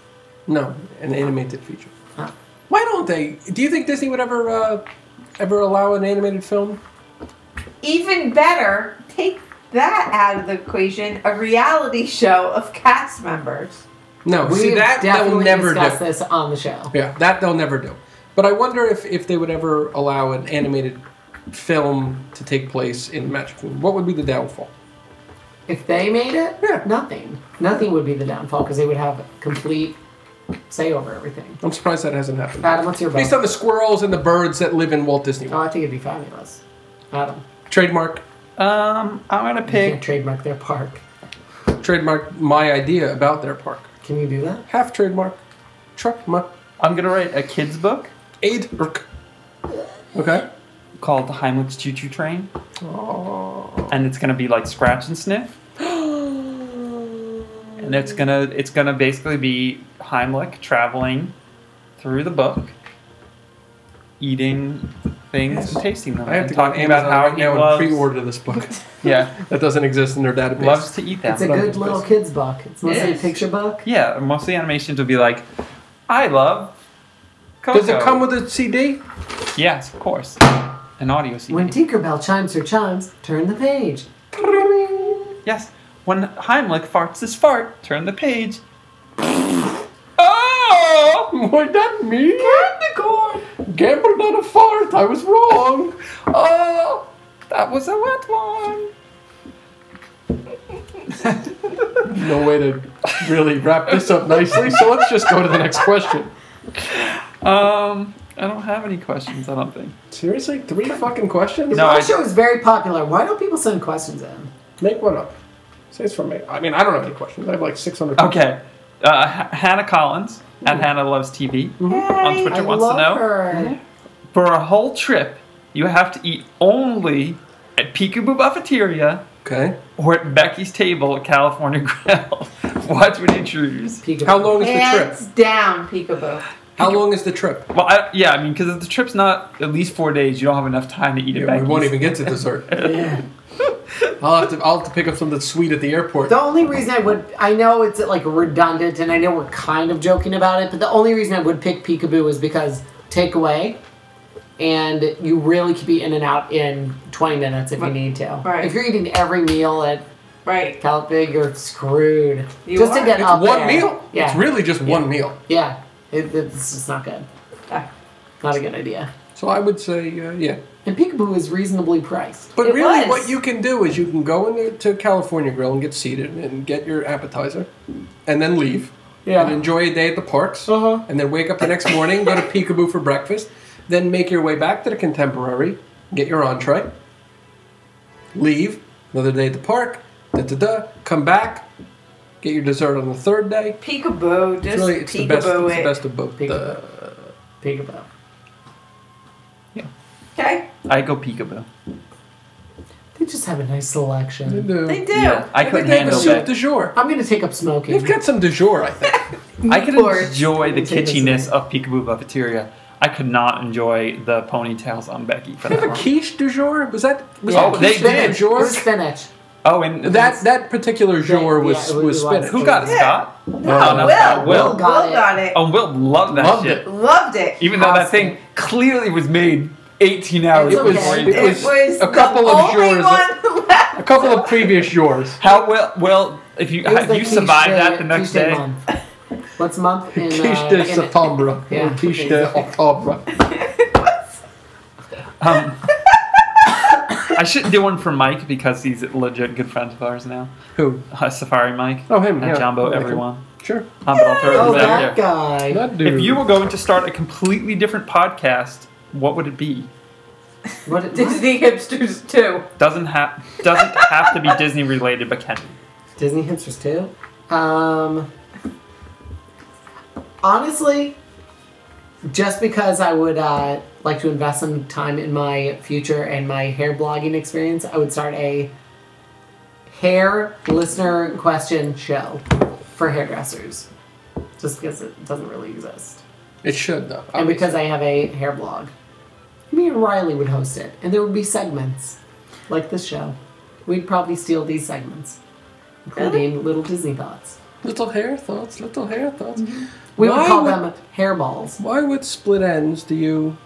Speaker 3: No, an animated feature.
Speaker 1: Huh.
Speaker 3: Why don't they? Do you think Disney would ever uh, ever allow an animated film?
Speaker 4: Even better, take that out of the equation. A reality show of cast members.
Speaker 3: No,
Speaker 1: We
Speaker 3: see that they'll
Speaker 1: definitely
Speaker 3: never
Speaker 1: discussed
Speaker 3: do.
Speaker 1: this on the show.
Speaker 3: Yeah, that they'll never do. But I wonder if, if they would ever allow an animated film to take place in Magic Kingdom. What would be the downfall?
Speaker 1: If they made it,
Speaker 3: Yeah.
Speaker 1: nothing. Nothing would be the downfall because they would have complete say over everything.
Speaker 3: I'm surprised that hasn't happened.
Speaker 1: Adam, what's your vote?
Speaker 3: Based on the squirrels and the birds that live in Walt Disney
Speaker 1: oh, I
Speaker 3: World.
Speaker 1: think it'd be fabulous. Adam,
Speaker 3: Trademark,
Speaker 2: Um, I'm gonna
Speaker 1: you can't
Speaker 2: pick.
Speaker 1: trademark their park.
Speaker 3: trademark my idea about their park.
Speaker 1: Can you do that?
Speaker 3: Half trademark, truck my
Speaker 2: I'm gonna write a kids book
Speaker 3: aid. Okay.
Speaker 2: called The Heimlich's Choo Choo Train,
Speaker 3: Oh.
Speaker 2: and it's gonna be like scratch and sniff, and it's gonna it's gonna basically be Heimlich traveling through the book, eating things and tasting them,
Speaker 3: I have
Speaker 2: and
Speaker 3: to go on
Speaker 2: talking about
Speaker 3: Amazon
Speaker 2: how
Speaker 3: right
Speaker 2: he
Speaker 3: now
Speaker 2: loves,
Speaker 3: and pre-order this book.
Speaker 2: yeah,
Speaker 3: that doesn't exist in their database.
Speaker 2: loves to eat them.
Speaker 1: It's a
Speaker 3: what I'm
Speaker 1: good little
Speaker 3: supposed-
Speaker 1: kids book. It's mostly
Speaker 4: It
Speaker 1: a
Speaker 4: is.
Speaker 1: picture book.
Speaker 2: yeah, most of the animations will be like, I love. Coco.
Speaker 3: Does it come with a CD?
Speaker 2: Yes, of course. An audio CD.
Speaker 1: When Tinkerbell chimes her chimes, turn the page.
Speaker 2: Yes. When Heimlich farts his fart, turn the page. oh!
Speaker 3: Why not me? Capricorn! Gambled on a fart. I was wrong. Ah!
Speaker 2: Oh! That was a wet one.
Speaker 3: No way to really wrap this up nicely. So let's just go to the next question.
Speaker 2: Um, I don't have any questions, I don't think.
Speaker 3: Seriously, three fucking questions?
Speaker 2: No,
Speaker 1: Our
Speaker 2: I-
Speaker 1: show is very popular. Why don't people send questions in?
Speaker 3: Make one up. Say it's from me. I mean, I don't have any questions. I have like 600.
Speaker 2: Okay. Uh, H- Hannah Collins at Hannah Loves TV on Twitter
Speaker 1: Mm-hmm. I
Speaker 2: wants to
Speaker 1: love
Speaker 2: know.
Speaker 1: her.
Speaker 2: For a whole trip, you have to eat only at Peekaboo Buffeteria
Speaker 3: Okay.
Speaker 2: or at Becky's Table at California Grill. what would you choose?
Speaker 1: Peekaboo.
Speaker 3: How long is the
Speaker 4: Hands
Speaker 3: trip?
Speaker 4: down, peekaboo.
Speaker 3: How long is the trip?
Speaker 2: Well, I, yeah, I mean, because if the trip's not at least four days, you don't have enough time to eat at
Speaker 3: Yeah,
Speaker 2: Becky's.
Speaker 3: we won't even get to dessert.
Speaker 1: Yeah.
Speaker 3: I'll have to I'll have to pick up something sweet at the airport.
Speaker 1: The only reason I would, I know it's like redundant, and I know we're kind of joking about it, but the only reason I would pick Peekaboo is because takeaway, and you really could be in and out in 20 minutes if you need to.
Speaker 4: Right.
Speaker 1: If you're eating every meal at
Speaker 4: Right.
Speaker 1: Calpig, you're screwed.
Speaker 4: You
Speaker 1: just
Speaker 4: are.
Speaker 1: to get
Speaker 3: It's
Speaker 1: up
Speaker 3: one
Speaker 1: there.
Speaker 3: meal.
Speaker 1: Yeah.
Speaker 3: It's really just one meal.
Speaker 1: Yeah. It, it's just not good. Not a good idea.
Speaker 3: So I would say uh, yeah.
Speaker 1: And Peekaboo is reasonably priced.
Speaker 3: But
Speaker 4: It
Speaker 3: really,
Speaker 4: was.
Speaker 3: what you can do is you can go in there to California Grill and get seated and get your appetizer, and then leave.
Speaker 1: Yeah.
Speaker 3: And enjoy a day at the parks,
Speaker 1: Uh-huh.
Speaker 3: and then wake up the next morning, go to Peekaboo for breakfast, then make your way back to the Contemporary, get your entree, leave another day at the park, da da da, come back, get your dessert on the third day.
Speaker 4: Peekaboo. Just
Speaker 3: It's really it's the best.
Speaker 4: peekaboo
Speaker 3: It's the
Speaker 4: it.
Speaker 3: best of both. uh, The,
Speaker 1: Peekaboo.
Speaker 4: Okay.
Speaker 2: I go Peekaboo.
Speaker 1: They just have a nice selection.
Speaker 4: They
Speaker 3: the,
Speaker 4: do.
Speaker 2: Yeah, I couldn't
Speaker 3: they have a
Speaker 2: handle
Speaker 3: soup
Speaker 2: that.
Speaker 3: du jour.
Speaker 1: I'm going to take up smoking.
Speaker 3: They've got some du jour, I think.
Speaker 2: I could
Speaker 4: Porridge.
Speaker 2: enjoy the
Speaker 1: Let me take this
Speaker 2: kitschiness
Speaker 1: away.
Speaker 2: of Peekaboo Buffeteria. I could not enjoy the ponytails on Becky for
Speaker 3: They
Speaker 2: that
Speaker 3: have a
Speaker 2: long.
Speaker 3: quiche du jour. Was that? Was
Speaker 2: Yeah.
Speaker 3: that
Speaker 2: Oh, they
Speaker 3: quiche
Speaker 2: did.
Speaker 3: Du
Speaker 1: It
Speaker 3: jour?
Speaker 1: was spinach.
Speaker 2: Oh, and
Speaker 3: That that particular jour
Speaker 1: yeah,
Speaker 3: was
Speaker 1: it was-
Speaker 3: was
Speaker 1: it was.
Speaker 3: spinach.
Speaker 2: who got it,
Speaker 4: Yeah.
Speaker 2: Scott?
Speaker 4: No,
Speaker 2: no,
Speaker 4: Will.
Speaker 2: Will
Speaker 1: Will got it.
Speaker 4: got it.
Speaker 2: Oh, Will loved that
Speaker 3: Loved
Speaker 2: shit.
Speaker 3: it.
Speaker 4: Loved it.
Speaker 2: Even though that thing clearly was made 18 hours
Speaker 1: It's
Speaker 2: before
Speaker 1: okay.
Speaker 2: he
Speaker 3: It
Speaker 4: it
Speaker 2: did.
Speaker 4: was,
Speaker 3: was a couple
Speaker 4: the
Speaker 3: of
Speaker 4: only
Speaker 3: yours
Speaker 4: one left.
Speaker 3: A couple of previous jours.
Speaker 2: How well, well, if you
Speaker 1: It was
Speaker 2: if
Speaker 1: like
Speaker 2: you
Speaker 1: quiche
Speaker 2: survived
Speaker 1: day-
Speaker 2: that the
Speaker 1: quiche
Speaker 2: next
Speaker 1: day
Speaker 2: day,
Speaker 1: month. What's month in,
Speaker 3: Quiche
Speaker 1: uh,
Speaker 3: de
Speaker 1: in-
Speaker 3: septembre.
Speaker 1: Yeah.
Speaker 3: or Quiche de octobre.
Speaker 2: um, I should do one for Mike because he's a legit good friend of ours now.
Speaker 3: Who?
Speaker 2: Uh, Safari Mike.
Speaker 3: Oh, him.
Speaker 2: and
Speaker 3: Yeah.
Speaker 2: Jumbo,
Speaker 3: Okay.
Speaker 2: everyone.
Speaker 3: Sure.
Speaker 2: Um, but I'll throw
Speaker 1: Oh,
Speaker 2: it out there.
Speaker 1: that guy.
Speaker 3: That dude.
Speaker 2: If you were going to start a completely different podcast, what would it be?
Speaker 1: What it, Disney.
Speaker 4: Disney hipsters too.
Speaker 2: Doesn't have doesn't have to be Disney related, but can.
Speaker 1: Disney hipsters too. Um, honestly, just because I would uh, like to invest some time in my future and my hair blogging experience, I would start a hair listener question show for hairdressers. Just because it doesn't really exist.
Speaker 3: It should though.
Speaker 1: and because I have a hair blog, me and Riley would host it, and there would be segments like this show. We'd probably steal these segments, including little Disney thoughts.
Speaker 3: little hair thoughts, little hair thoughts.
Speaker 2: Mm-hmm.
Speaker 1: We
Speaker 3: Why
Speaker 1: would call
Speaker 3: would-
Speaker 1: them hair balls.
Speaker 3: Why would split ends do you?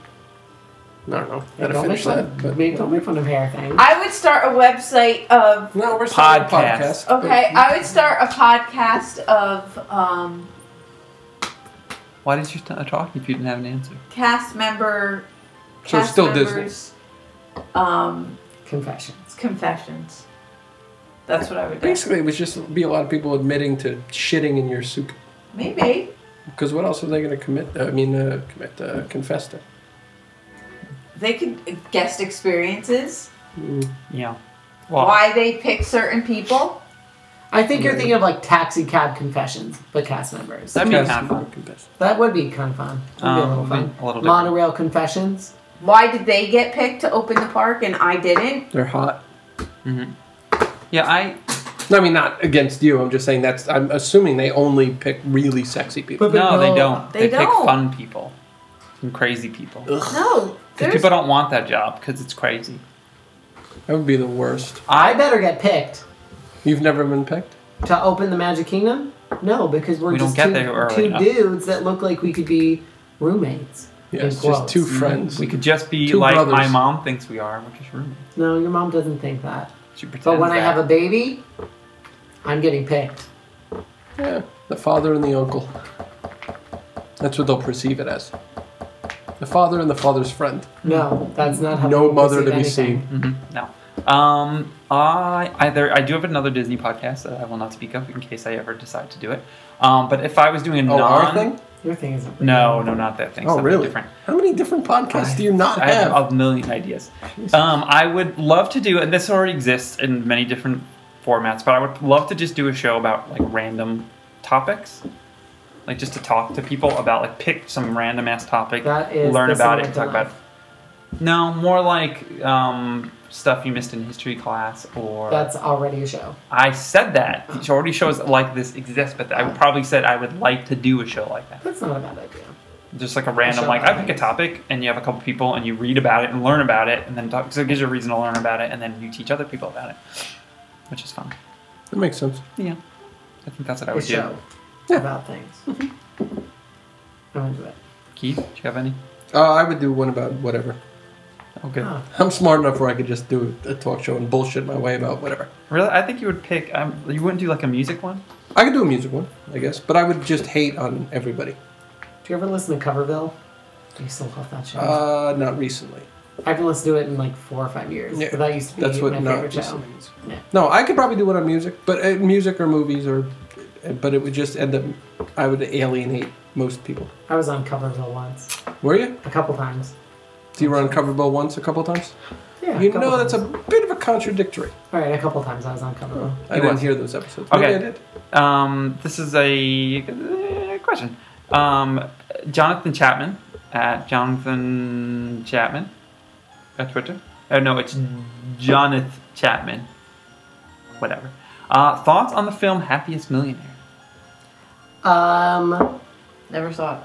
Speaker 3: I don't know.
Speaker 1: Hey,
Speaker 3: Gotta
Speaker 1: Don't make
Speaker 3: finish
Speaker 1: fun.
Speaker 3: that. but-
Speaker 1: make- don't make fun of hair things.
Speaker 4: I would start a website of
Speaker 3: No, we're starting a
Speaker 2: Podcast.
Speaker 3: podcast.
Speaker 4: okay. I would start a podcast of um,
Speaker 2: Why did you start talking if you didn't have an answer?
Speaker 4: cast member.
Speaker 3: So
Speaker 4: cast
Speaker 3: still Disney.
Speaker 4: members, Um,
Speaker 1: Confessions.
Speaker 4: confessions. That's what I would do.
Speaker 3: Basically, it was just be a lot of people admitting to shitting in your soup.
Speaker 4: Maybe.
Speaker 3: Because what else are they going to commit? I mean, uh, commit, uh, confess to?
Speaker 4: They could uh, guest experiences,
Speaker 2: Yeah. Well,
Speaker 4: why they pick certain people.
Speaker 1: I think you're thinking of like taxi cab confessions, but cast members.
Speaker 2: that'd be
Speaker 3: Confess
Speaker 2: kind of
Speaker 3: to
Speaker 2: fun.
Speaker 3: confess.
Speaker 1: that would be kind of fun. That'd be a
Speaker 2: Um,
Speaker 1: little fun.
Speaker 2: a little different.
Speaker 1: Monorail confessions.
Speaker 4: Why did they get picked to open the park and I didn't?
Speaker 3: They're hot.
Speaker 2: Yeah, I.
Speaker 3: No, I mean, not against you. I'm just saying that's. I'm assuming they only pick really sexy people.
Speaker 2: No, they
Speaker 1: no,
Speaker 2: don't.
Speaker 4: they
Speaker 2: pick
Speaker 4: don't.
Speaker 2: fun people, and crazy people.
Speaker 4: No.
Speaker 2: Because
Speaker 4: There's,
Speaker 2: people don't want that job because it's crazy.
Speaker 3: That would be the worst.
Speaker 1: I better get picked
Speaker 3: You've never been picked.
Speaker 1: to open the Magic Kingdom. No, because we're
Speaker 2: We don't
Speaker 1: just
Speaker 2: get
Speaker 1: two,
Speaker 2: there early
Speaker 1: two
Speaker 2: enough.
Speaker 1: dudes that look like we could be roommates.
Speaker 3: Yeah,
Speaker 1: in
Speaker 3: it's just
Speaker 1: quotes.
Speaker 3: two friends.
Speaker 2: We could just be
Speaker 3: Two
Speaker 2: like my
Speaker 3: brothers.
Speaker 2: mom thinks we are, which is rude.
Speaker 1: No, your mom doesn't think that.
Speaker 2: She pretends.
Speaker 1: But when I
Speaker 2: that.
Speaker 1: have a baby, I'm getting picked.
Speaker 3: Yeah, the father and the uncle. That's what they'll perceive it as. The father and the father's friend.
Speaker 1: No, that's not how.
Speaker 3: Hmm. No
Speaker 1: people
Speaker 3: mother to be
Speaker 1: perceive anything.
Speaker 3: seen.
Speaker 2: Mhm, no. Um, I either I do have another Disney podcast that I will not speak of in case I ever decide to do it. Um, but if I was doing a
Speaker 3: Oh,
Speaker 2: non,
Speaker 3: our thing.
Speaker 1: Your thing isn't.
Speaker 2: no, no, not that thing.
Speaker 3: Oh,
Speaker 2: something
Speaker 3: really?
Speaker 2: Different.
Speaker 3: How many different podcasts do you not
Speaker 2: I
Speaker 3: have?
Speaker 2: have a million ideas. Um, I would love to do, and this already exists in many different formats, but I would love to just do a show about like random topics. like just to talk to people about like pick some random ass topic,
Speaker 1: That is
Speaker 2: learn
Speaker 1: the
Speaker 2: about
Speaker 1: Somewhere
Speaker 2: it, and
Speaker 1: to
Speaker 2: talk about. It. No, more like um, stuff you missed in history class or.
Speaker 1: That's already a show.
Speaker 2: I said that. It already shows like this exists, but I probably said I would like to do a show like that.
Speaker 1: That's not a bad idea.
Speaker 2: Just like a random,
Speaker 1: show
Speaker 2: like,
Speaker 1: about
Speaker 2: I pick a topic and you have a couple people and you read about it and learn about it and then talk. So it gives you a reason to learn about it and then you teach other people about it, which is fun.
Speaker 3: That makes sense.
Speaker 2: Yeah. I think that's what I
Speaker 1: A
Speaker 2: would do.
Speaker 1: show about things.
Speaker 3: Mm-hmm.
Speaker 1: I'm into it.
Speaker 2: Keith, do you have any?
Speaker 3: Uh, I would do one about whatever.
Speaker 2: Oh, good.
Speaker 1: Huh.
Speaker 3: I'm smart enough where I could just do a talk show and bullshit my way about whatever.
Speaker 2: Really? I think you would pick, um, you wouldn't do like a music one?
Speaker 3: I could do a music one, I guess, but I would just hate on everybody.
Speaker 1: Do you ever listen to Coverville? I used to love that show.
Speaker 3: Uh, not recently.
Speaker 1: I haven't listened to it in like four or five years.
Speaker 3: Yeah,
Speaker 1: but that used to be
Speaker 3: that's what
Speaker 1: my
Speaker 3: not
Speaker 1: favorite show.
Speaker 3: listening is.
Speaker 1: Yeah.
Speaker 3: No, I could probably do one on music, but uh, music or movies or, but it would just end up, I would alienate most people.
Speaker 1: I was on Coverville once,
Speaker 3: Were you?
Speaker 1: a couple times.
Speaker 3: So you were on Coverville once a couple times.
Speaker 1: Yeah, a
Speaker 3: you
Speaker 1: couple
Speaker 3: know that's a
Speaker 1: times.
Speaker 3: bit of a contradictory. Oh,
Speaker 1: all right. A couple times I was on Coverville.
Speaker 3: I
Speaker 2: He
Speaker 3: didn't
Speaker 2: was.
Speaker 3: hear those episodes.
Speaker 2: Okay.
Speaker 3: Maybe I did.
Speaker 2: Um, this is a uh, question. Um, Jonathan Chapman at Jonathan Chapman at Twitter. Oh no, it's Jonathan Chapman. Whatever. Uh, thoughts on the film Happiest Millionaire?
Speaker 1: Um,
Speaker 4: Never saw it.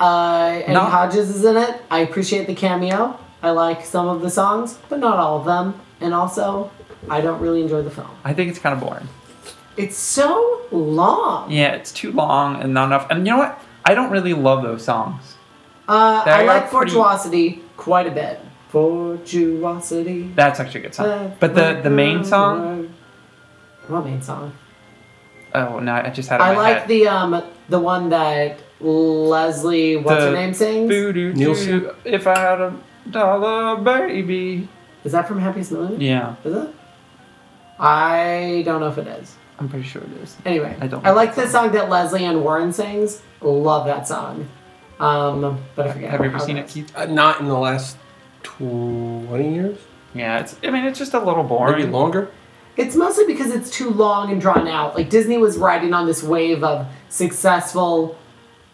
Speaker 1: uh, Eddie
Speaker 2: Not-
Speaker 1: Hodges is in it. I appreciate the cameo. I like some of the songs, but not all of them. And also, I don't really enjoy the film.
Speaker 2: I think it's kind of boring.
Speaker 1: It's so long.
Speaker 2: Yeah, it's too long and not enough. And you know what? I don't really love those songs.
Speaker 1: Uh,
Speaker 2: They're
Speaker 1: I like
Speaker 2: like pretty-
Speaker 1: Fortuosity quite a bit. Fortuosity.
Speaker 2: That's actually a good song. But the the main song.
Speaker 1: uh, What main song?
Speaker 2: Oh no, I just had it in
Speaker 1: I
Speaker 2: my
Speaker 1: like
Speaker 2: head.
Speaker 1: the um the one that Leslie what's her
Speaker 2: The
Speaker 1: name sings.
Speaker 2: Voodoo
Speaker 3: Nielsen?
Speaker 2: doo, If I had a dollar, baby.
Speaker 1: Is that from Happiest Million?
Speaker 2: Yeah,
Speaker 1: Is it? I don't know if it is.
Speaker 2: I'm pretty sure it is.
Speaker 1: Anyway,
Speaker 2: I don't
Speaker 1: I
Speaker 2: know
Speaker 1: like the song that Leslie and Warren sings. Love that song. Um, but I forget.
Speaker 2: Have you
Speaker 1: how
Speaker 2: ever seen it,
Speaker 1: is.
Speaker 2: Keith?
Speaker 3: Uh, not in the last twenty years,
Speaker 2: Yeah, it's. I mean, it's just a little
Speaker 3: maybe
Speaker 2: boring.
Speaker 3: longer.
Speaker 1: It's mostly because it's too long and drawn out. Like Disney was riding on this wave of successful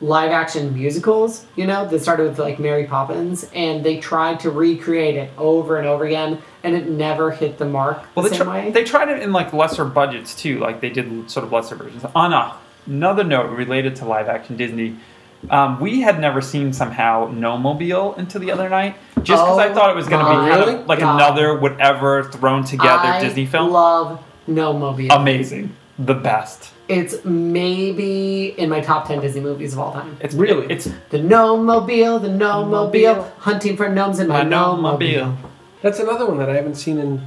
Speaker 1: live action musicals, you know, that started with like Mary Poppins, and they tried to recreate it over and over again, and it never hit the mark
Speaker 2: Well,
Speaker 1: the
Speaker 2: they,
Speaker 1: same
Speaker 2: tr-
Speaker 1: way.
Speaker 2: they tried it in like lesser budgets too. Like they did sort of lesser versions. On a, another note related to live action Disney, um, we had never seen somehow No Mobile until the other night, just because I
Speaker 1: Oh
Speaker 2: thought it was going to
Speaker 1: my
Speaker 2: be kind of like
Speaker 1: God.
Speaker 2: another whatever thrown together
Speaker 1: I
Speaker 2: Disney film.
Speaker 1: Love No Mobile.
Speaker 2: Amazing, the best.
Speaker 1: It's maybe in my top 10 Disney movies of all time.
Speaker 2: It's
Speaker 3: Really?
Speaker 2: It's
Speaker 1: The Gnome Mobile, the Gnome Mobile,
Speaker 2: Mobile.
Speaker 1: hunting for gnomes in my
Speaker 2: a No
Speaker 1: Gnome Mobile.
Speaker 2: Mobile.
Speaker 3: That's another one that I haven't seen in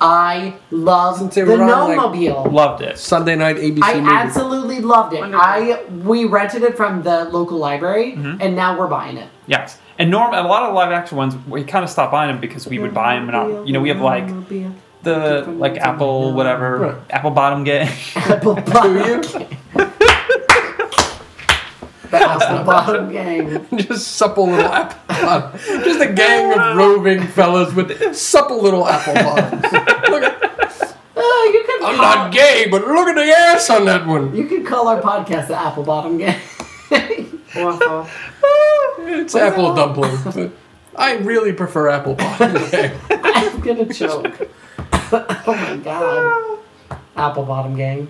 Speaker 1: I love
Speaker 3: Since
Speaker 1: the
Speaker 3: they were on,
Speaker 1: Gnome
Speaker 3: like,
Speaker 1: Mobile.
Speaker 2: Loved it.
Speaker 3: Sunday night ABC
Speaker 1: I
Speaker 3: movie.
Speaker 1: absolutely loved it.
Speaker 4: Wonderful.
Speaker 1: I we rented it from the local library,
Speaker 3: Mm-hmm.
Speaker 1: and now we're buying it.
Speaker 2: Yes. And norm a lot of live action ones we kind of stopped buying them because we would buy them and not, you know we have like
Speaker 1: Mobile.
Speaker 2: the like Apple whatever
Speaker 3: Right.
Speaker 2: Apple bottom game.
Speaker 1: Apple
Speaker 3: Do
Speaker 1: Bottom,
Speaker 3: you
Speaker 1: the Apple Bottom gang.
Speaker 3: just supple little apple bottom. Just a gang of roving fellas with supple little apple bottoms. Look at,
Speaker 1: Oh, you could
Speaker 3: I'm
Speaker 1: call,
Speaker 3: not gay, but look at the ass on that one.
Speaker 1: You could call our podcast the Apple Bottom gang.
Speaker 4: Awful.
Speaker 3: It's apple dumpling, but I really prefer apple bottom. gang.
Speaker 1: I'm gonna choke. oh my god, Apple Bottom gang.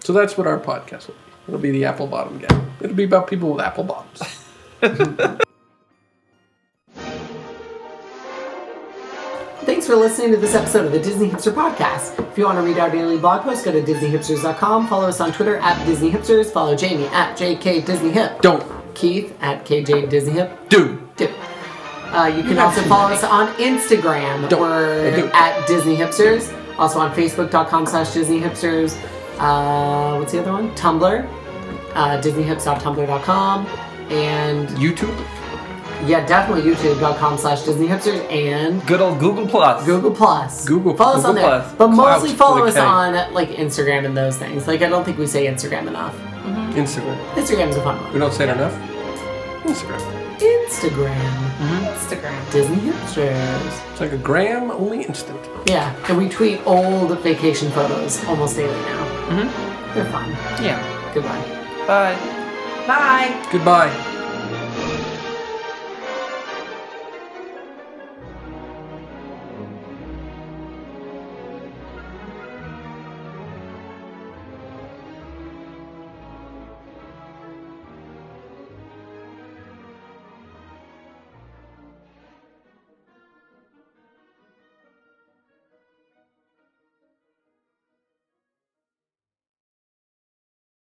Speaker 3: So that's what our podcast will be. It'll be the apple bottom gang. It'll be about people with apple bottoms.
Speaker 1: Thanks for listening to this episode of the Disney Hipster Podcast. If you want to read our daily blog post, go to DisneyHipsters.com. Follow us on Twitter at Disney Hipsters. Follow Jamie at JK Disney Hip.
Speaker 3: Don't
Speaker 1: Keith at KJ Disney Hip.
Speaker 3: do.
Speaker 1: Do. Uh, you can also follow us on Instagram.
Speaker 3: Don't. I
Speaker 1: We're
Speaker 3: do.
Speaker 1: at Disney Hipsters. Also on Facebook.com slash Disney Hipsters. Uh, what's the other one? Tumblr. Uh, DisneyHips.tumblr.com. And
Speaker 3: YouTube.
Speaker 1: yeah, definitely YouTube.com slash Disney Hipsters. And
Speaker 2: Good old Google Plus.
Speaker 1: Google Plus.
Speaker 3: Google-
Speaker 1: Follow us on
Speaker 2: Google
Speaker 1: there.
Speaker 2: Plus.
Speaker 1: But mostly
Speaker 3: Clout
Speaker 1: follow us
Speaker 3: with a K.
Speaker 1: on like Instagram and those things. Like I don't think we say Instagram enough.
Speaker 3: Instagram.
Speaker 1: Instagram's a fun
Speaker 3: We
Speaker 1: one.
Speaker 3: don't say it enough. Instagram.
Speaker 1: Instagram.
Speaker 4: Instagram.
Speaker 1: Disney hipsters.
Speaker 3: It's like a gram, only instant.
Speaker 1: Yeah. And we tweet old vacation photos almost daily now. Mm-hmm. They're fun.
Speaker 2: Yeah.
Speaker 1: Goodbye.
Speaker 2: Bye.
Speaker 4: Bye.
Speaker 3: Goodbye.